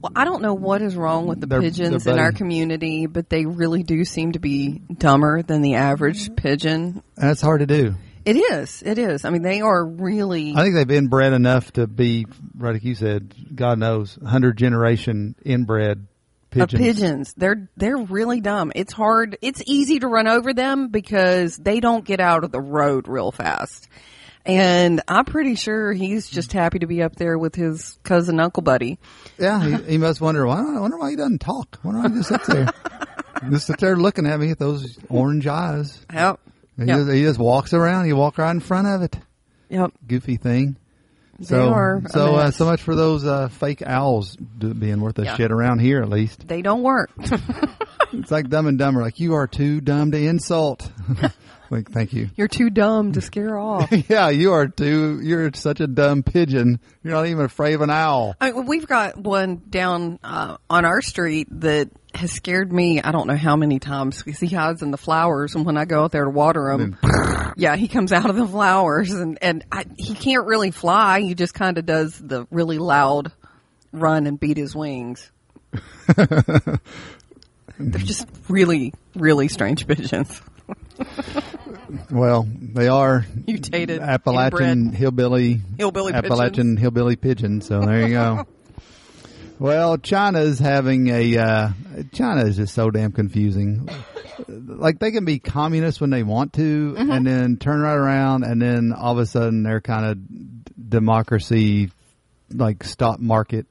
S1: Well, I don't know what is wrong with the
S2: They're-
S1: pigeons
S2: they're
S1: in our
S2: buddy-
S1: community, but they really do seem to be dumber than the average pigeon.
S2: And it's hard to do.
S1: It is. It is. I mean, they are really.
S2: I think they've inbred enough to be, right, like you said, God knows, 100 generation inbred
S1: of
S2: pigeons.
S1: pigeons. They're they're really dumb. It's hard. It's easy to run over them because they don't get out of the road real fast. And I'm pretty sure he's just happy to be up there with his cousin uncle buddy.
S2: Yeah, he, he must wonder why. I wonder why he doesn't talk. I wonder why he just sits there, just sits there looking at me with those orange eyes.
S1: Yep.
S2: He,
S1: Yep.
S2: just, he just walks around. He walk right in front of it.
S1: Yep.
S2: Goofy thing. So,
S1: they are. a
S2: so uh,
S1: mess.
S2: so much for those uh, fake owls do- being worth a
S1: Yeah.
S2: shit around here. At least
S1: they don't work.
S2: it's like Dumb and Dumber. Like you are too dumb to insult. like thank you.
S1: You're too dumb to scare off.
S2: Yeah, you are too. You're such a dumb pigeon. You're not even afraid of an owl.
S1: I mean, we've got one down uh, on our street that has scared me. I don't know how many times because he hides in the flowers, and when I go out there to water him, yeah, he comes out of the flowers, and and I, he can't really fly. He just kind of does the really loud run and beat his wings. They're just really, really strange pigeons.
S2: Well, they are
S1: Mutated,
S2: Appalachian
S1: inbred.
S2: hillbilly,
S1: Hillbilly
S2: Appalachian hillbilly pigeon. So there you go. well, China's having a uh, China is just so damn confusing. Like they can be communists when they want to,
S1: Mm-hmm.
S2: and then turn right around, and then all of a sudden they're kind of democracy, like stock market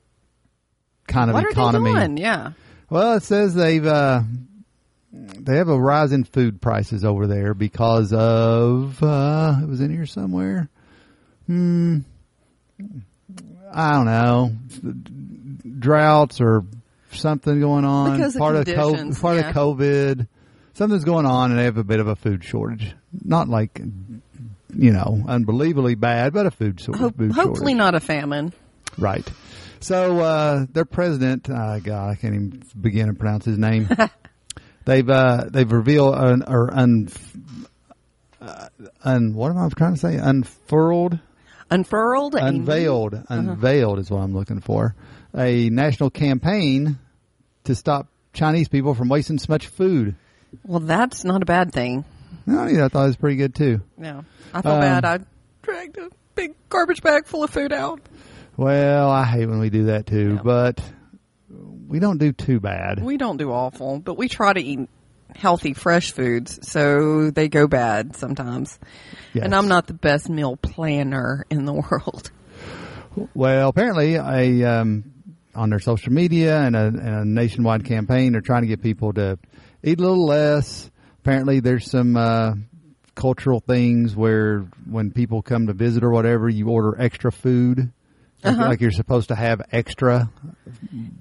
S2: kind of
S1: What are
S2: economy.
S1: they doing? Yeah.
S2: Well, it says they've uh, they have a rise in food prices over there because of uh, it was in here somewhere. Hmm, I don't know, droughts or something going on.
S1: Because of
S2: part of
S1: conditions,
S2: COVID, part
S1: yeah.
S2: of COVID, something's going on, and they have a bit of a food shortage. Not like you know unbelievably bad, but a food, sor-
S1: Ho-
S2: food shortage.
S1: hopefully not a famine.
S2: Right. So uh, their president, uh, God, I can't even begin to pronounce his name. they've uh, they've revealed an, or un, uh, un what am I trying to say? Unfurled,
S1: Unfurled, a Uh-huh.
S2: unveiled, unveiled is what I'm looking for. A national campaign to stop Chinese people from wasting so much food.
S1: Well, that's not a bad thing.
S2: No, you know, I thought it was pretty good too.
S1: No, I feel
S2: Um,
S1: bad. I dragged a big garbage bag full of food out.
S2: Well, I hate when we do that too,
S1: Yeah.
S2: but we don't do too bad.
S1: We don't do awful, but we try to eat healthy, fresh foods, so they go bad sometimes.
S2: Yes.
S1: And I'm not the best meal planner in the world.
S2: Well, apparently, a um, on their social media and a, and a nationwide campaign, they're trying to get people to eat a little less. Apparently, there's some uh, cultural things where when people come to visit or whatever, you order extra food. Like- Like you're supposed to have extra.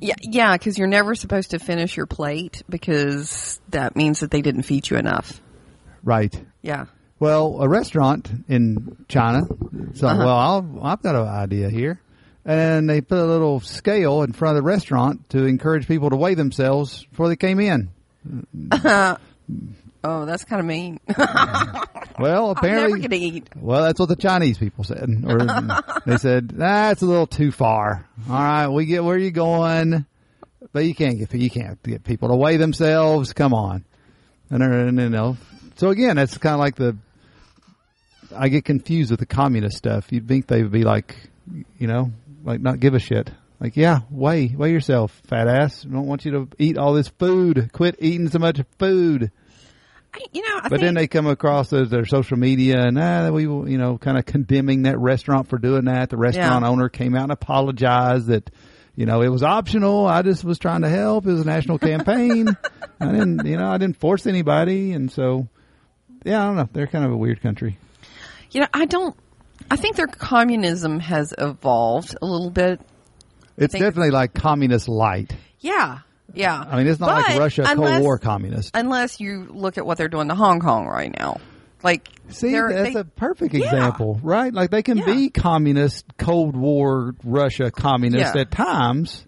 S1: Yeah, yeah, because you're never supposed to finish your plate because that means that they didn't feed you enough.
S2: Right.
S1: Yeah.
S2: Well, a restaurant in China. So,
S1: Uh-huh.
S2: well, I'll, I've got an idea here. And they put a little scale in front of the restaurant to encourage people to weigh themselves before they came in.
S1: Oh, that's kind of mean.
S2: Well,
S1: I'm
S2: apparently,
S1: never going to eat.
S2: Well, that's what the Chinese people said. Or they said that's a little too far. All right, we get where you're going, but you can't get you can't get people to weigh themselves. Come on, and, they're- and you know, So again, it's kind of like the. I get confused with the communist stuff. You'd think they would be like, you know, like not give a shit. Like, yeah, weigh weigh yourself, fat ass. We don't want you to eat all this food. Quit eating so much food.
S1: I, you know, I
S2: But
S1: think,
S2: then they come across as their social media and ah, we will, you know, kind of condemning that restaurant for doing that. The restaurant owner came out and apologized that, you know, it was optional. I just was trying to help. It was a national campaign. I didn't, you know, I didn't force anybody. And so, yeah, I don't know. They're kind of a weird country.
S1: you know, I don't. I think their communism has evolved a little bit.
S2: It's
S1: think-
S2: definitely like communist light.
S1: Yeah, yeah.
S2: I mean, it's not like
S1: But
S2: Russia
S1: unless-
S2: Cold War communist.
S1: Unless you look at what they're doing to Hong Kong right now, like
S2: See,
S1: they're-
S2: that's
S1: they-
S2: a perfect
S1: Yeah.
S2: example, right? Like they can
S1: Yeah.
S2: be communist, Cold War Russia communist
S1: Yeah.
S2: at times,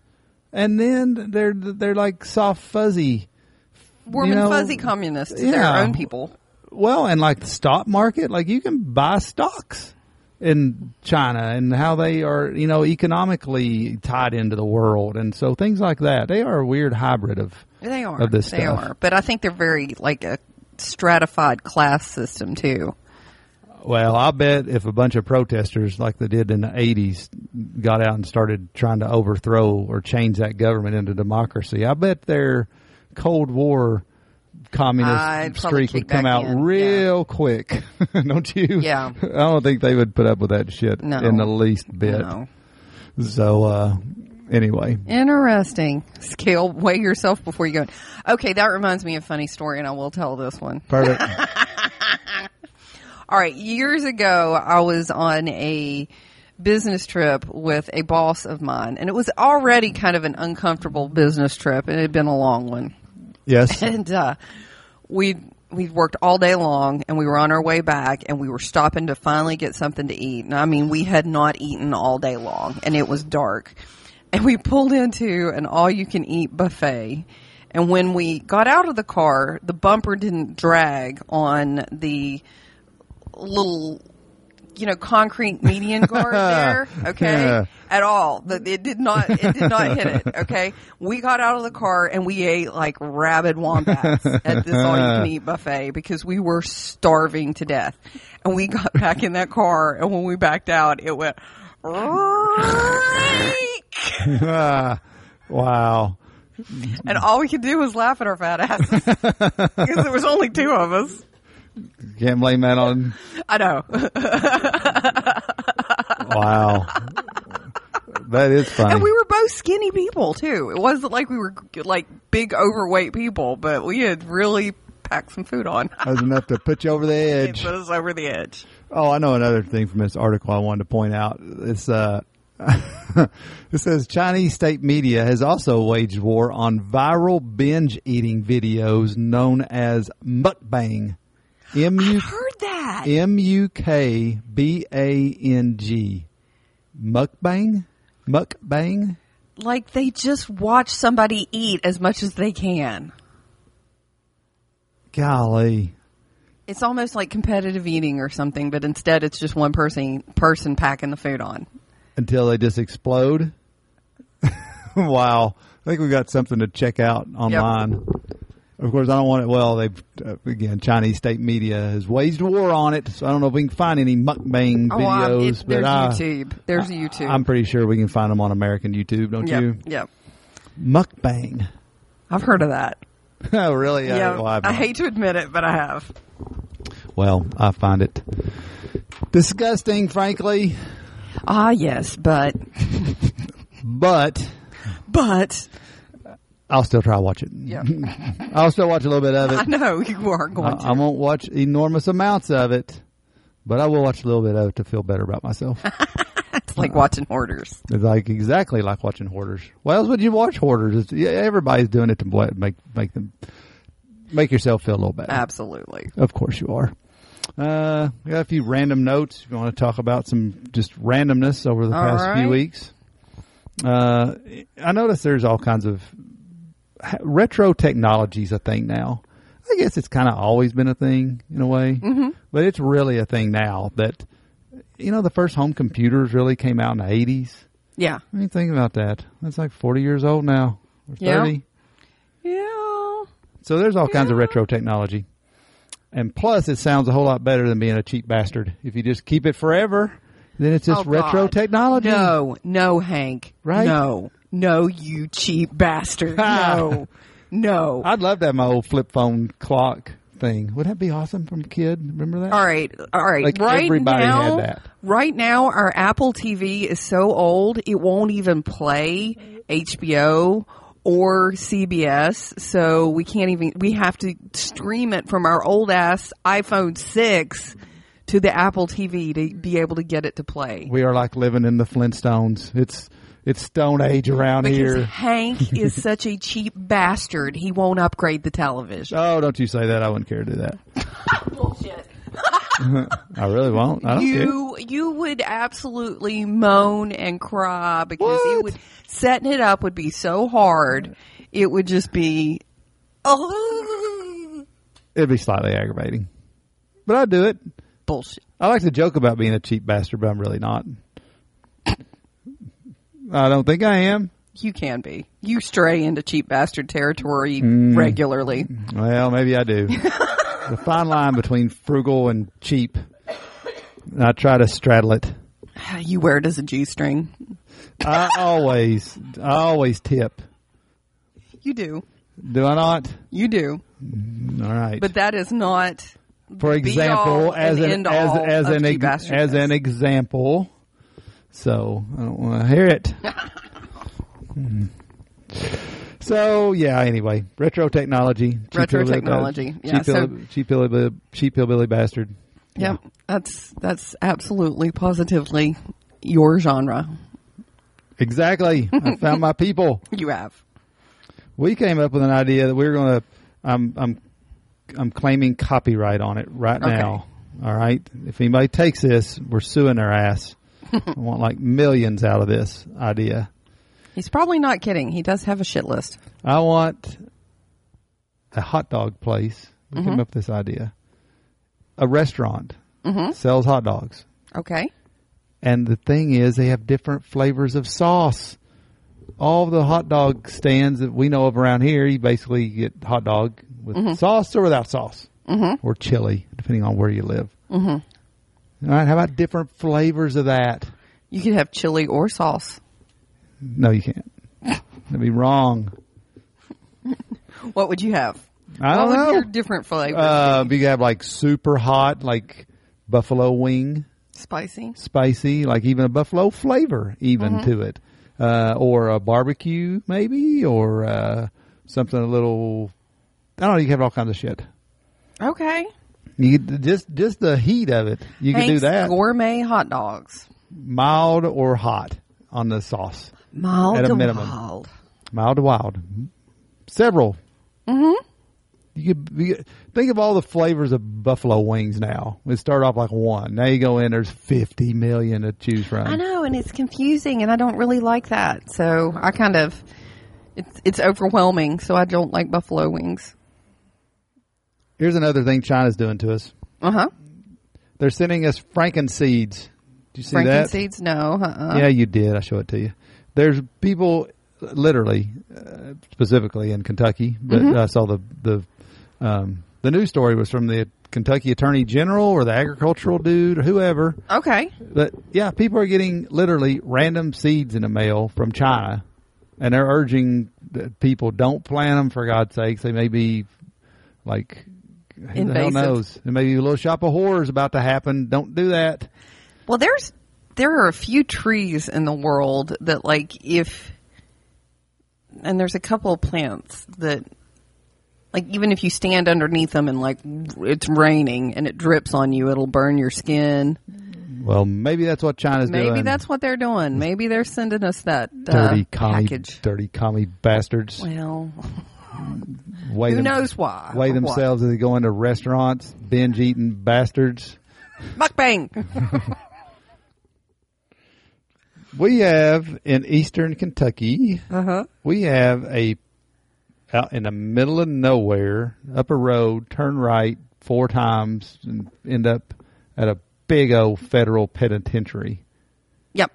S2: and then they're they're like soft fuzzy.
S1: warm
S2: you
S1: and
S2: know,
S1: fuzzy communists. Their
S2: yeah.
S1: own people.
S2: Well, and like the stock market, like you can buy stocks in China and how they are, you know, economically tied into the world, and so things like that. They are a weird hybrid of.
S1: They are.
S2: of this
S1: they
S2: stuff.
S1: are. But I think they're very like a stratified class system too.
S2: Well, I bet if a bunch of protesters like they did in the 80s got out and started trying to overthrow or change that government into democracy, I bet their Cold War communist
S1: I'd probably
S2: streak would
S1: kick
S2: come
S1: back
S2: out
S1: in,
S2: real quick. don't you?
S1: Yeah.
S2: I don't think they would put up with that shit
S1: No.
S2: in the least bit.
S1: No.
S2: So, uh, anyway.
S1: Interesting. Scale, weigh yourself before you go. in. Okay, that reminds me of a funny story, and I will tell this one.
S2: Perfect.
S1: All right, years ago, I was on a business trip with a boss of mine, and it was already kind of an uncomfortable business trip, and it had been a long one.
S2: yes.
S1: and uh, we we worked all day long, and we were on our way back, and we were stopping to finally get something to eat. And I mean, we had not eaten all day long, and it was dark, and we pulled into an all-you-can-eat buffet. And when we got out of the car, the bumper didn't drag on the little, you know, concrete median guard there. Okay
S2: Yeah.
S1: at all. The- It did not. It did not hit it. Okay, we got out of the car and we ate like rabid wombats at this all-you-can-eat buffet because we were starving to death. And we got back in that car, and when we backed out, it went. "Reek!"
S2: Ah, wow.
S1: and all we could do was laugh at our fat asses because there was only two of us.
S2: Can't blame that on
S1: I know.
S2: wow. that is funny.
S1: And we were both skinny people too. It wasn't like we were like big overweight people, but we had really packed some food on.
S2: that was enough to put you over the
S1: it
S2: edge.
S1: put us over the edge.
S2: Oh, I know another thing from this article I wanted to point out. It's uh, it says Chinese state media has also waged war on viral binge eating videos known as mukbang. M U
S1: Heard that?
S2: M U K B A N G. Mukbang? Mukbang?
S1: Like they just watch somebody eat as much as they can.
S2: Golly.
S1: It's almost like competitive eating or something, but instead it's just one person person packing the food on.
S2: until they just explode. wow. I think we got something to check out online. Of course, I don't want it. Well, they've, uh, again, Chinese state media has waged war on it, so I don't know if we can find any mukbang
S1: Oh, I- it-
S2: videos, but
S1: there's
S2: I,
S1: YouTube. There's YouTube.
S2: I'm pretty sure we can find them on American YouTube, don't
S1: yep,
S2: you?
S1: yep.
S2: Mukbang.
S1: I've heard of that.
S2: oh, really? I-
S1: Yeah,
S2: well, I've
S1: I
S2: not.
S1: hate to admit it, but I have.
S2: Well, I find it disgusting, frankly,
S1: Ah, yes, but
S2: but
S1: but
S2: I'll still try to watch it.
S1: yeah.
S2: I'll still watch a little bit of it.
S1: I know you are going
S2: I, I
S1: to.
S2: won't watch enormous amounts of it, but I will watch a little bit of it to feel better about myself.
S1: It's
S2: Uh-huh.
S1: like watching hoarders.
S2: it's like exactly like watching hoarders. Why else would you watch hoarders? It's, yeah, everybody's doing it to bl- make make them make yourself feel a little better.
S1: Absolutely.
S2: Of course you are. Uh, we got a few random notes. If you want to talk about some just randomness over the
S1: All
S2: past few
S1: right.
S2: weeks, uh, I noticed there's all kinds of retro technologies a thing now. I guess it's kind of always been a thing in a way, mm-hmm. but it's really a thing now. That you know, the first home computers really came out in the '80s.
S1: Yeah.
S2: I mean, think about that. That's like 40 years old now, or
S1: Yeah.
S2: 30.
S1: Yeah.
S2: So there's all kinds of
S1: Yeah.
S2: retro technology. And plus, it sounds a whole lot better than being a cheap bastard. If you just keep it forever, then it's just
S1: Oh,
S2: retro
S1: God.
S2: technology.
S1: No, no, Hank.
S2: Right?
S1: No, no, you cheap bastard. No, no.
S2: I'd love to have my old flip phone clock thing. Would that be awesome from a kid? Remember that?
S1: All right, all right.
S2: Like,
S1: right
S2: everybody had
S1: now,
S2: that.
S1: right now, our Apple TV is so old it won't even play HBO or CBS, so we can't even. We have to stream it from our old ass iPhone six to the Apple TV to be able to get it to play.
S2: We are like living in the Flintstones. It's it's Stone Age around
S1: Because
S2: here.
S1: Hank is such a cheap bastard, he won't upgrade the television.
S2: Oh, don't you say that. I wouldn't care to do that.
S1: Bullshit.
S2: I really won't. I don't care.
S1: You you would absolutely moan and cry because
S2: What?
S1: it would setting it up would be so hard. It would just be oh
S2: It'd be slightly aggravating. But I'd do it.
S1: bullshit.
S2: I like to joke about being a cheap bastard, but I'm really not. I don't think I am.
S1: You can be. You stray into cheap bastard territory regularly.
S2: Well, maybe I do. the fine line between frugal and cheap. And I try to straddle it.
S1: You wear it as a G string.
S2: I always, I always tip.
S1: You do.
S2: Do I not?
S1: You do.
S2: All right.
S1: But that is not
S2: for
S1: be
S2: example,
S1: all
S2: as
S1: and
S2: an
S1: end
S2: as
S1: all
S2: as
S1: of
S2: an
S1: cheap
S2: ex-
S1: bastardness.
S2: as an example. So I don't want to hear it. Mm. so yeah. Anyway, retro technology, cheap
S1: Retro
S2: hillbilly bas-
S1: technology, yeah,
S2: cheap,
S1: so-
S2: hillbilly, cheap, hillbilly, cheap hillbilly bastard.
S1: Yep. That's that's absolutely positively your genre.
S2: Exactly. I found my people.
S1: You have.
S2: We came up with an idea that we were going to. I'm I'm I'm claiming copyright on it right
S1: Okay.
S2: now. All right. If anybody takes this, we're suing their ass. I want like millions out of this idea.
S1: He's probably not kidding. He does have a shit list.
S2: I want a hot dog place. We came up with this idea. A restaurant sells hot dogs,
S1: Okay.
S2: and the thing is, they have different flavors of sauce. All the hot dog stands that we know of around here, you basically get hot dog with sauce or without sauce, mm-hmm. or chili, depending on where you live. Mm-hmm. right, how about different flavors of that?
S1: You could have chili or sauce.
S2: No, you can't. That'd be wrong.
S1: What would you have? what
S2: I don't
S1: would
S2: know.
S1: your different flavors?
S2: Uh, you could have like super hot, like buffalo wing,
S1: Spicy.
S2: spicy, like even a buffalo flavor, even
S1: Mm-hmm.
S2: to it, uh, or a barbecue maybe, or uh, something a little. I don't know. You could have all kinds of shit.
S1: Okay.
S2: You could, just just the heat of it. You could do
S1: Hank's
S2: that,
S1: Gourmet hot dogs.
S2: mild or hot on the sauce,
S1: Mild
S2: At a
S1: to
S2: minimum.
S1: wild.
S2: mild to wild, several. Mm-hmm. You could you, could- think of all the flavors of buffalo wings. Now it start off like one. Now you go in. There's fifty million to choose from.
S1: I know, and it's confusing, and I don't really like that. So I kind of, it's it's overwhelming. So I don't like buffalo wings.
S2: Here's another thing China's doing to us.
S1: Uh huh.
S2: They're sending us frankenseeds. Did you see that?
S1: Frankenseeds? No. Uh-uh.
S2: Yeah, you did. I show it to you. There's people, literally, uh, specifically in Kentucky, but I saw the the um, the news story was from the Kentucky Attorney General or the agricultural dude or whoever.
S1: Okay.
S2: But yeah, people are getting literally random seeds in the mail from China, and they're urging that people don't plant them for God's sakes. They may be like who the hell
S1: Invasive.
S2: knows? There may be a little shop of horrors about to happen. Don't do that.
S1: Well, there's there are a few trees in the world that like if and there's a couple of plants that like even if you stand underneath them and like it's raining and it drips on you, it'll burn your skin.
S2: Well, maybe that's what China's
S1: Maybe
S2: doing. Mm.
S1: that's what they're doing. Maybe they're sending us that uh,
S2: dirty commie,
S1: package.
S2: dirty commie bastards.
S1: Well,
S2: Weigh
S1: who
S2: them-
S1: knows why?
S2: Weigh
S1: or what.
S2: themselves as they go into restaurants, binge eating bastards.
S1: Mukbang.
S2: We have in eastern Kentucky,
S1: Uh huh.
S2: we have a out in the middle of nowhere, up a road, turn right four times, and end up at a big old federal penitentiary,
S1: Yep.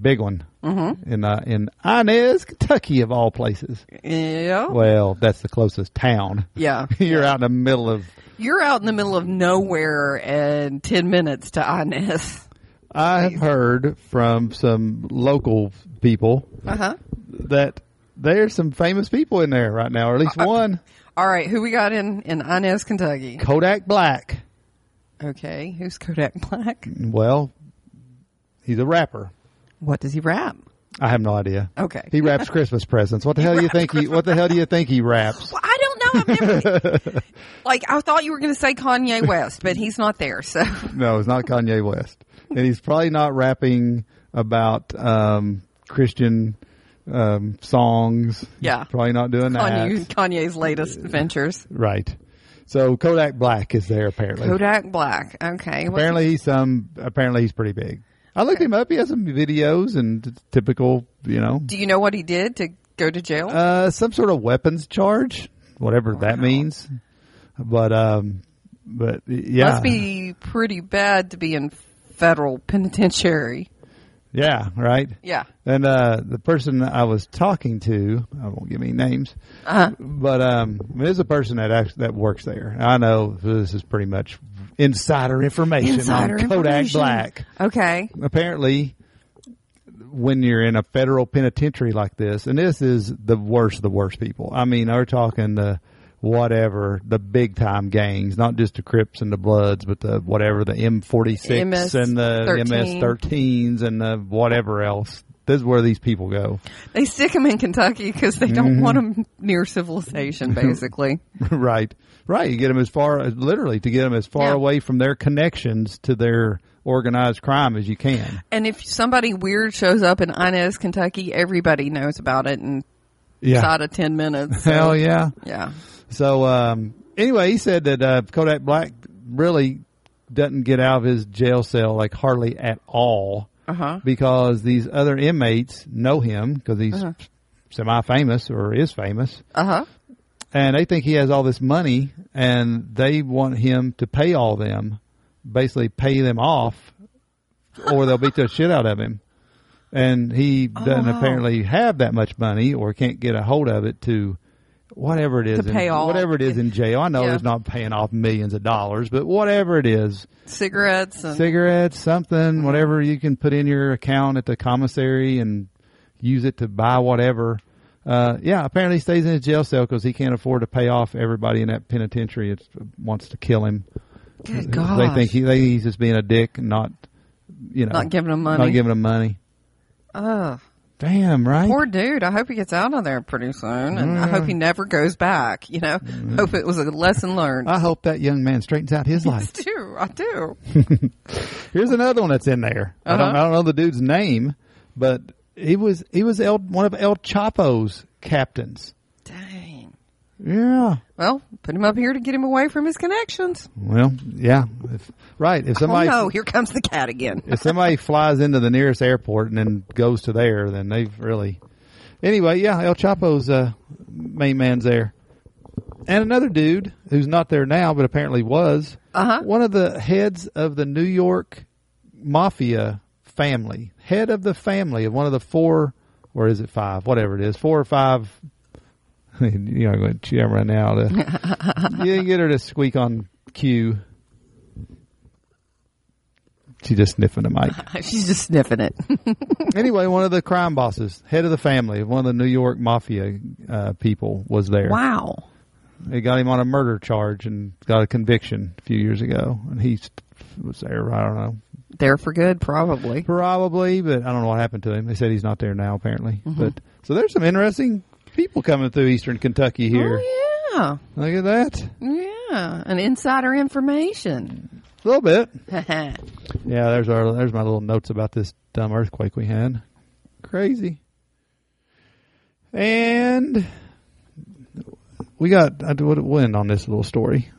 S2: big one in uh, in Inez, Kentucky, of all places.
S1: Yeah.
S2: Well, that's the closest town.
S1: Yeah.
S2: You're out in the middle of
S1: You're out in the middle of nowhere and 10 minutes to Inez.
S2: I have heard from some local people
S1: Uh huh.
S2: that there's some famous people in there right now, or at least one.
S1: All right, who we got in, in Inez, Kentucky?
S2: Kodak Black.
S1: Okay, who's Kodak Black?
S2: Well, he's a rapper.
S1: What does he rap?
S2: I have no idea.
S1: Okay.
S2: He raps Christmas presents. What the hell do you think he? What the hell do you think he raps?
S1: Well, I don't know. I've never, like, I thought you were going to say Kanye West, but he's not there, so.
S2: No, it's not Kanye West, and he's probably not rapping about um, Christian um, songs.
S1: Yeah.
S2: probably not doing that.
S1: Kanye, Kanye's latest ventures.
S2: Right. So Kodak Black is there apparently.
S1: Kodak Black. Okay. Well,
S2: Apparently he's some. Apparently he's pretty big. I looked him up. He has some videos and t- typical, you know,
S1: do you know what he did to go to jail?
S2: uh, some sort of weapons charge, whatever that
S1: Wow.
S2: means. But um, but yeah,
S1: Must be pretty bad to be in federal penitentiary.
S2: yeah, right.
S1: Yeah.
S2: And uh, the person I was talking to, I won't give any names,
S1: Uh-huh.
S2: but um, there's a person that actually, that works there. I know this is pretty much insider information
S1: Insider
S2: on Kodak
S1: information.
S2: Black.
S1: Okay.
S2: apparently when you're in a federal penitentiary like this, and this is the worst of the worst people. I mean, we're talking the whatever, the big time gangs, not just the Crips and the Bloods, but the whatever, the M46
S1: MS-13.
S2: and the MS13s and the whatever else. This is where these people go.
S1: They stick him in Kentucky because they don't want
S2: Mm-hmm.
S1: him near civilization, basically.
S2: right. Right. You get them as far, literally, to get them as far
S1: Yeah.
S2: away from their connections to their organized crime as you can.
S1: and if somebody weird shows up in Inez, Kentucky, everybody knows about it in
S2: Yeah.
S1: inside of 10 minutes. so-
S2: Hell yeah.
S1: Yeah.
S2: So um, anyway, he said that uh, Kodak Black really doesn't get out of his jail cell like hardly at all
S1: Uh huh.
S2: because these other inmates know him because he's semi-famous or is famous,
S1: Uh huh.
S2: and they think he has all this money and they want him to pay all them, basically pay them off, or they'll beat the shit out of him. And he doesn't
S1: Oh, wow.
S2: apparently have that much money or can't get a hold of it to whatever it is
S1: To
S2: in-
S1: pay all-
S2: whatever it is in jail. I know
S1: Yeah.
S2: it's not paying off millions of dollars, but whatever it is,
S1: Cigarettes and.
S2: cigarettes, something, whatever you can put in your account at the commissary and use it to buy whatever. Uh, yeah, apparently he stays in his jail cell because he can't afford to pay off everybody in that penitentiary. It wants to kill him.
S1: good
S2: They
S1: God.
S2: think he, they, he's just being a dick, and not you know,
S1: Not giving him money.
S2: Not giving him money.
S1: Ugh.
S2: Damn right.
S1: Poor dude. I hope he gets out of there pretty soon, and I hope
S2: Mm.
S1: he never goes back. You know, hope it was a lesson learned.
S2: I hope that young man straightens out his
S1: I
S2: life.
S1: do. I do.
S2: Here's another one that's in there. I, don't,
S1: Uh-huh.
S2: I don't know the dude's name, but he was he was El, one of El Chapo's captains.
S1: Dang.
S2: Yeah.
S1: Well, put him up here to get him away from his connections.
S2: Well, yeah. If, right. If somebody
S1: oh no, here comes the cat again.
S2: if somebody flies into the nearest airport and then goes to there, then they've really. Anyway, yeah, El Chapo's uh, main man's there, and another dude who's not there now, but apparently was
S1: Uh-huh.
S2: one of the heads of the New York mafia family, head of the family of one of the four, or is it five? Whatever it is, four or five. You're not going to cheer right now. To, you didn't get her to squeak on cue. She just sniffing the mic
S1: She's just sniffing it.
S2: anyway, one of the crime bosses, head of the family, one of the New York mafia uh, people, was there.
S1: wow.
S2: They got him on a murder charge and got a conviction a few years ago, and he st- was there. I don't know,
S1: There for good, probably.
S2: probably, but I don't know what happened to him. They said he's not there now, apparently. But so there's some interesting people coming through Eastern Kentucky here.
S1: Oh
S2: Look at that,
S1: yeah. Yeah. An insider information.
S2: a little bit.
S1: That's
S2: Yeah, there's our there's my little notes about this dumb earthquake we had. Crazy. And we got I would win on this little story.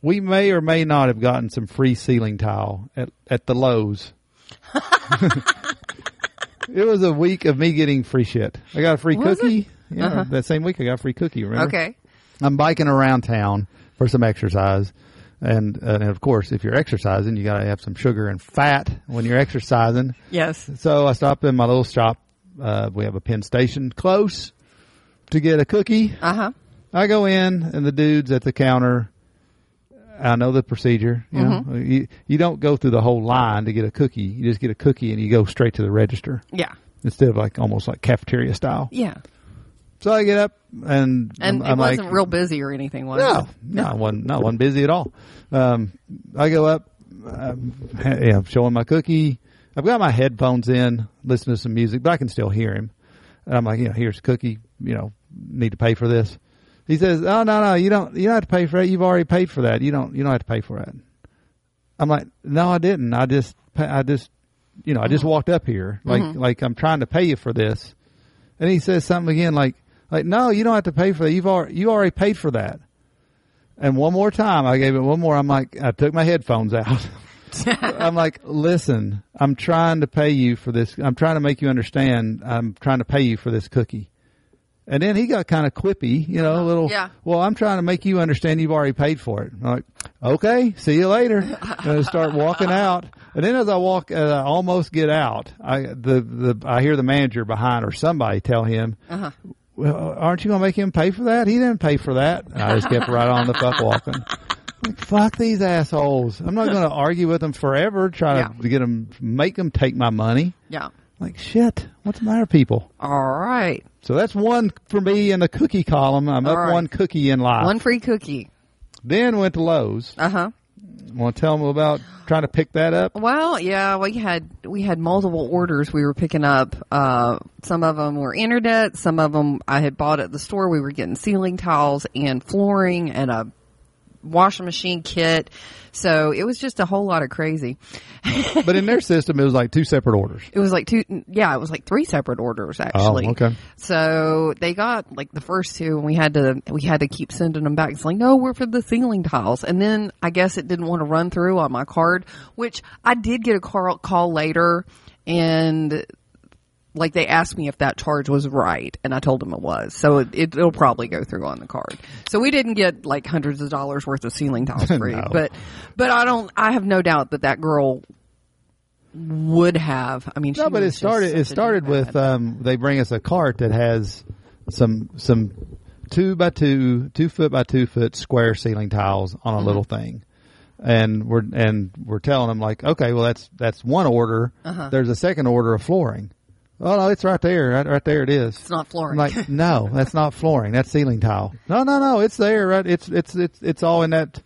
S2: We may or may not have gotten some free ceiling tile at at the Lowe's. it was a week of me getting free shit. I got a free
S1: Was it? Uh-huh.
S2: cookie. Yeah, that same week I got a free cookie. Remember?
S1: okay.
S2: I'm biking around town for some exercise. And, uh, and of course, if you're exercising, you gotta have some sugar and fat when you're exercising.
S1: Yes.
S2: So I stopped in my little shop. Uh, we have a Penn Station close to get a cookie.
S1: Uh huh.
S2: I go in and the dude's at the counter I know the procedure. You know,
S1: Mm-hmm.
S2: you, you don't go through the whole line to get a cookie. You just get a cookie and you go straight to the register
S1: Yeah.
S2: instead of like almost like cafeteria style.
S1: Yeah.
S2: So I get up and
S1: And
S2: I'm,
S1: it
S2: I'm
S1: wasn't
S2: like,
S1: real busy or anything, was
S2: no,
S1: it?
S2: no, I wasn't, no, I wasn't busy at all. Um, I go up, um, yeah, I'm showing my cookie. I've got my headphones in, listening to some music, but I can still hear him. And I'm like, you know, here's a cookie. You know, need to pay for this. He says, oh no, no, you don't, you don't have to pay for that. You've already paid for that. You don't, you don't have to pay for it. I'm like, no, I didn't. I just, pa- I just, you know, I just walked up here. Like, like I'm trying to pay you for this. And he says something again, like, like, no, you don't have to pay for that. You've already, you already paid for that. And one more time, I gave it one more. I'm like, I took my headphones out. I'm like, listen, I'm trying to pay you for this. I'm trying to make you understand. I'm trying to pay you for this cookie. And then he got kind of quippy, you know, a little.
S1: Yeah.
S2: Well, I'm trying to make you understand you've already paid for it. I'm like, okay, see you later. And I start walking out. And then as I walk, as I almost get out, I the the I hear the manager behind or somebody tell him, well, aren't you going to make him pay for that? He didn't pay for that. And I just kept right on the fuck walking. Like, fuck these assholes. I'm not going to argue with them forever, try
S1: Yeah.
S2: to get them, make them take my money.
S1: Yeah.
S2: Like, shit, what's the matter, people?
S1: All right.
S2: So that's one for me in the cookie column. I'm
S1: All
S2: up
S1: right.
S2: one cookie in life.
S1: One free cookie.
S2: Then went to Lowe's.
S1: Uh huh.
S2: Want to tell them about trying to pick that up?
S1: Well, yeah, we had we had multiple orders we were picking up. Uh, some of them were internet. Some of them I had bought at the store. We were getting ceiling tiles and flooring and a washing machine kit. So it was just a whole lot of crazy.
S2: But in their system, it was like two separate orders.
S1: It was like two, yeah, it was like three separate orders actually.
S2: Oh, okay.
S1: So they got like the first two, and we had to we had to keep sending them back. It's like, no, we're for the ceiling tiles. And then I guess it didn't want to run through on my card, which I did get a call call later, and like they asked me if that charge was right, and I told them it was. So it, it, it'll probably go through on the card. So we didn't get like hundreds of dollars worth of ceiling tiles free,
S2: No.
S1: but but I don't. I have no doubt that that girl would have. I mean, she
S2: No,
S1: was
S2: but it
S1: just
S2: started. It
S1: such a
S2: started with
S1: dickhead.
S2: um, they bring us a cart that has some some two by two, two foot by two foot square ceiling tiles on a
S1: Mm-hmm.
S2: little thing, and we're and we're telling them like, okay, well that's that's one order.
S1: Uh-huh.
S2: There's a second order of flooring. Oh no, it's right there. Right, right there it is.
S1: it's not flooring.
S2: I'm like, no, that's not flooring. That's ceiling tile. No, no, no, it's there. Right? It's it's it's it's all in that.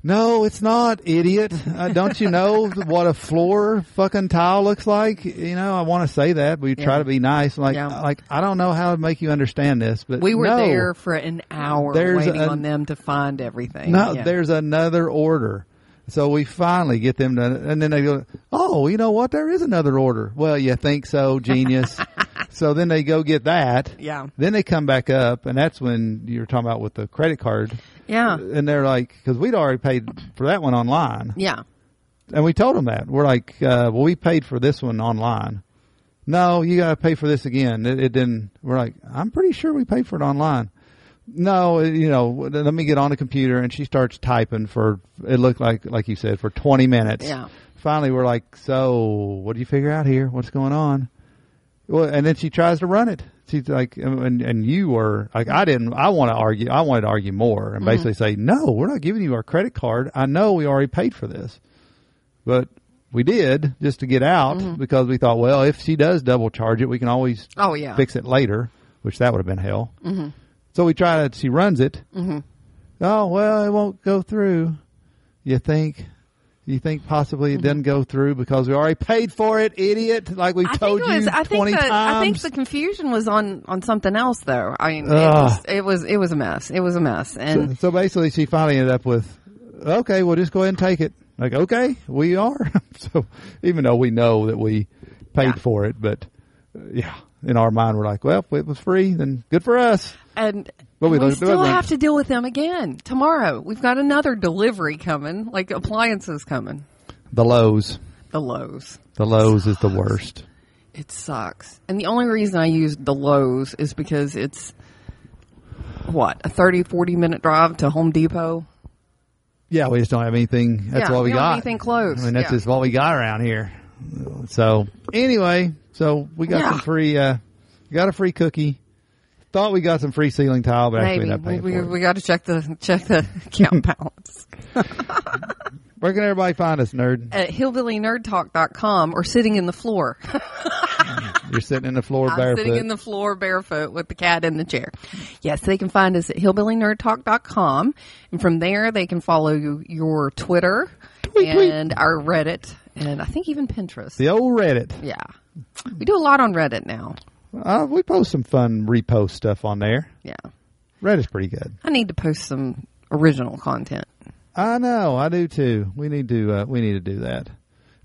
S2: No, it's not, idiot. Uh, don't you know what a floor fucking tile looks like? You know, I want to say that, but we try
S1: Yeah.
S2: to be nice. Like,
S1: Yeah.
S2: like I don't know how to make you understand this, but
S1: We were
S2: no,
S1: there for an hour
S2: There's
S1: waiting
S2: a-
S1: on them to find everything.
S2: No,
S1: Yeah.
S2: there's another order. So we finally get them to, and then they go, oh, you know what? There is another order. Well, you think so, genius. so then they go get that.
S1: Yeah.
S2: Then they come back up, and that's when you're talking about with the credit card.
S1: Yeah.
S2: And they're like, because we'd already paid for that one online.
S1: Yeah.
S2: And we told them that. We're like, uh, well, we paid for this one online. No, you got to pay for this again. It, it didn't. We're like, I'm pretty sure we paid for it online. No, you know, let me get on the computer. And she starts typing for, it looked like, like you said, for 20 minutes.
S1: Yeah.
S2: Finally, we're like, so what do you figure out here? What's going on? Well, and then she tries to run it. She's like, and and you were like, I didn't. I want to argue. I wanted to argue more and basically say, no, we're not giving you our credit card. I know we already paid for this, but we did just to get out because we thought, well, if she does double charge it, we can always
S1: Oh, yeah.
S2: fix it later, which that would have been hell. Mm-hmm. So we try to. She runs it. Mm-hmm. Oh well, it won't go through. You think? You think possibly
S1: Mm-hmm.
S2: it didn't go through because we already paid for it, idiot? Like we
S1: I
S2: told
S1: think it was,
S2: you
S1: I think
S2: twenty
S1: the,
S2: times.
S1: I think the confusion was on on something else though. I mean, it
S2: Ugh.
S1: was, it was it was a mess. It was a mess. And
S2: so basically, she finally ended up with, okay, we'll just go ahead and take it. Like, okay, we are. so even though we know that we paid
S1: Yeah.
S2: for it, but uh, yeah, in our mind, we're like, well, if it was free, then good for us.
S1: and
S2: But we
S1: we
S2: don't-
S1: still
S2: but we-
S1: have to deal with them again tomorrow. We've got another delivery coming, like appliances coming.
S2: The Lowe's.
S1: The Lowe's.
S2: The Lowe's is the worst.
S1: It sucks. And the only reason I use the Lowe's is because it's what, a 30 40 minute drive to Home Depot.
S2: Yeah, we just don't have anything. That's
S1: Yeah,
S2: what we,
S1: we don't
S2: got.
S1: have anything close.
S2: I mean, that's
S1: Yeah.
S2: just what we got around here. So anyway, so we got
S1: Yeah.
S2: some free, uh, got a free cookie. Thought we got some free ceiling tile, but actually
S1: Maybe
S2: not
S1: we,
S2: paying
S1: we,
S2: for
S1: we
S2: it.
S1: got to check the check the account balance
S2: Where can everybody find us, nerd?
S1: at hillbillynerdtalk.com or sitting in the floor.
S2: You're sitting in the floor
S1: I'm
S2: barefoot.
S1: sitting in the floor barefoot with the cat in the chair. Yes, they can find us at hillbillynerdtalk.com. And from there, they can follow you- your Twitter
S2: Tweet, tweet.
S1: and our Reddit and I think even Pinterest.
S2: The old Reddit.
S1: Yeah. We do a lot on Reddit now.
S2: Uh, we post some fun repost stuff on there.
S1: Yeah.
S2: Reddit's pretty good.
S1: I need to post some original content.
S2: I know, I do too. We need to uh, we need to do that.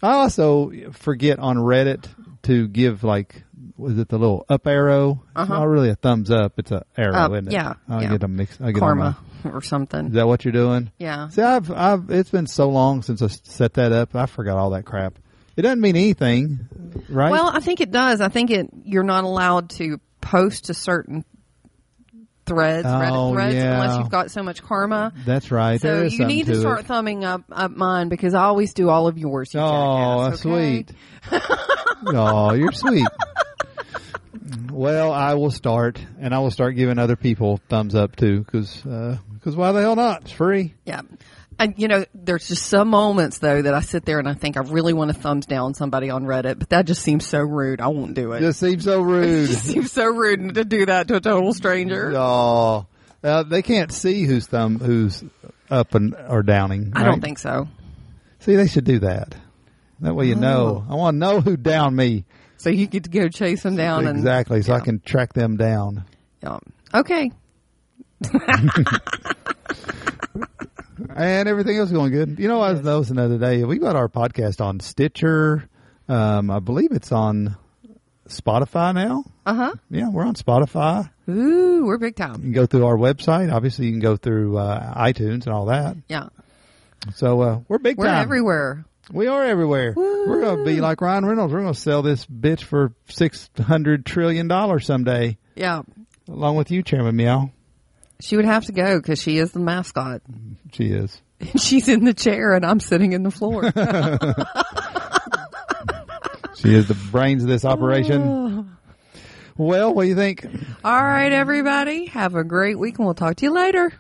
S2: I also forget on Reddit to give like was it the little up arrow? It's not really a thumbs up. It's a arrow,
S1: Uh-huh. Up,
S2: isn't it?
S1: yeah,
S2: I
S1: yeah.
S2: get them mixed. I get 'em
S1: Karma
S2: up.
S1: or
S2: Is
S1: something.
S2: that what you're doing?
S1: Yeah.
S2: See, I've I've it's been so long since I s- set that up. I forgot all that crap. It doesn't mean anything, right?
S1: Well, I think it does. I think it you're not allowed to post to certain threads, Reddit
S2: Oh,
S1: threads,
S2: yeah.
S1: unless you've got so much karma.
S2: that's right.
S1: So
S2: there is
S1: you
S2: something
S1: need to,
S2: to
S1: start
S2: It.
S1: thumbing up, up mine because I always do all of yours. You
S2: Oh,
S1: jackass, okay?
S2: sweet. oh, you're sweet. Well, I will start, and I will start giving other people thumbs up too, because why the hell not? It's free.
S1: Yeah. And you know, there's just some moments though that I sit there and I think I really want to thumbs down somebody on Reddit, but that just seems so rude. I won't do it.
S2: Just seems so rude.
S1: It seems so rude to do that to a total stranger.
S2: oh, uh, they can't see who's thumb who's up and or downing.
S1: I don't
S2: right?
S1: think so.
S2: See, they should do that. That way, you know.
S1: Oh.
S2: I want to know who downed me
S1: So you could go chase them down and
S2: exactly, so I can track them down.
S1: Yeah. Okay.
S2: And everything else is going good. You know, I was noticing the other day, we got our podcast on Stitcher. Um, I believe it's on Spotify now.
S1: Uh huh.
S2: Yeah, we're on Spotify.
S1: Ooh, we're big time.
S2: You can go through our website. Obviously, you can go through uh, iTunes and all that.
S1: Yeah.
S2: So uh, we're big
S1: We're
S2: time.
S1: everywhere.
S2: We are everywhere. We're going to be like Ryan Reynolds. We're going to sell this bitch for $600 trillion someday,
S1: Yeah.
S2: along with you, Chairman Meow.
S1: She would have to go because she is the mascot.
S2: She is.
S1: She's in the chair and I'm sitting in the floor.
S2: She is the brains of this operation. Well, what do you think?
S1: All right, everybody. Have a great week and we'll talk to you later.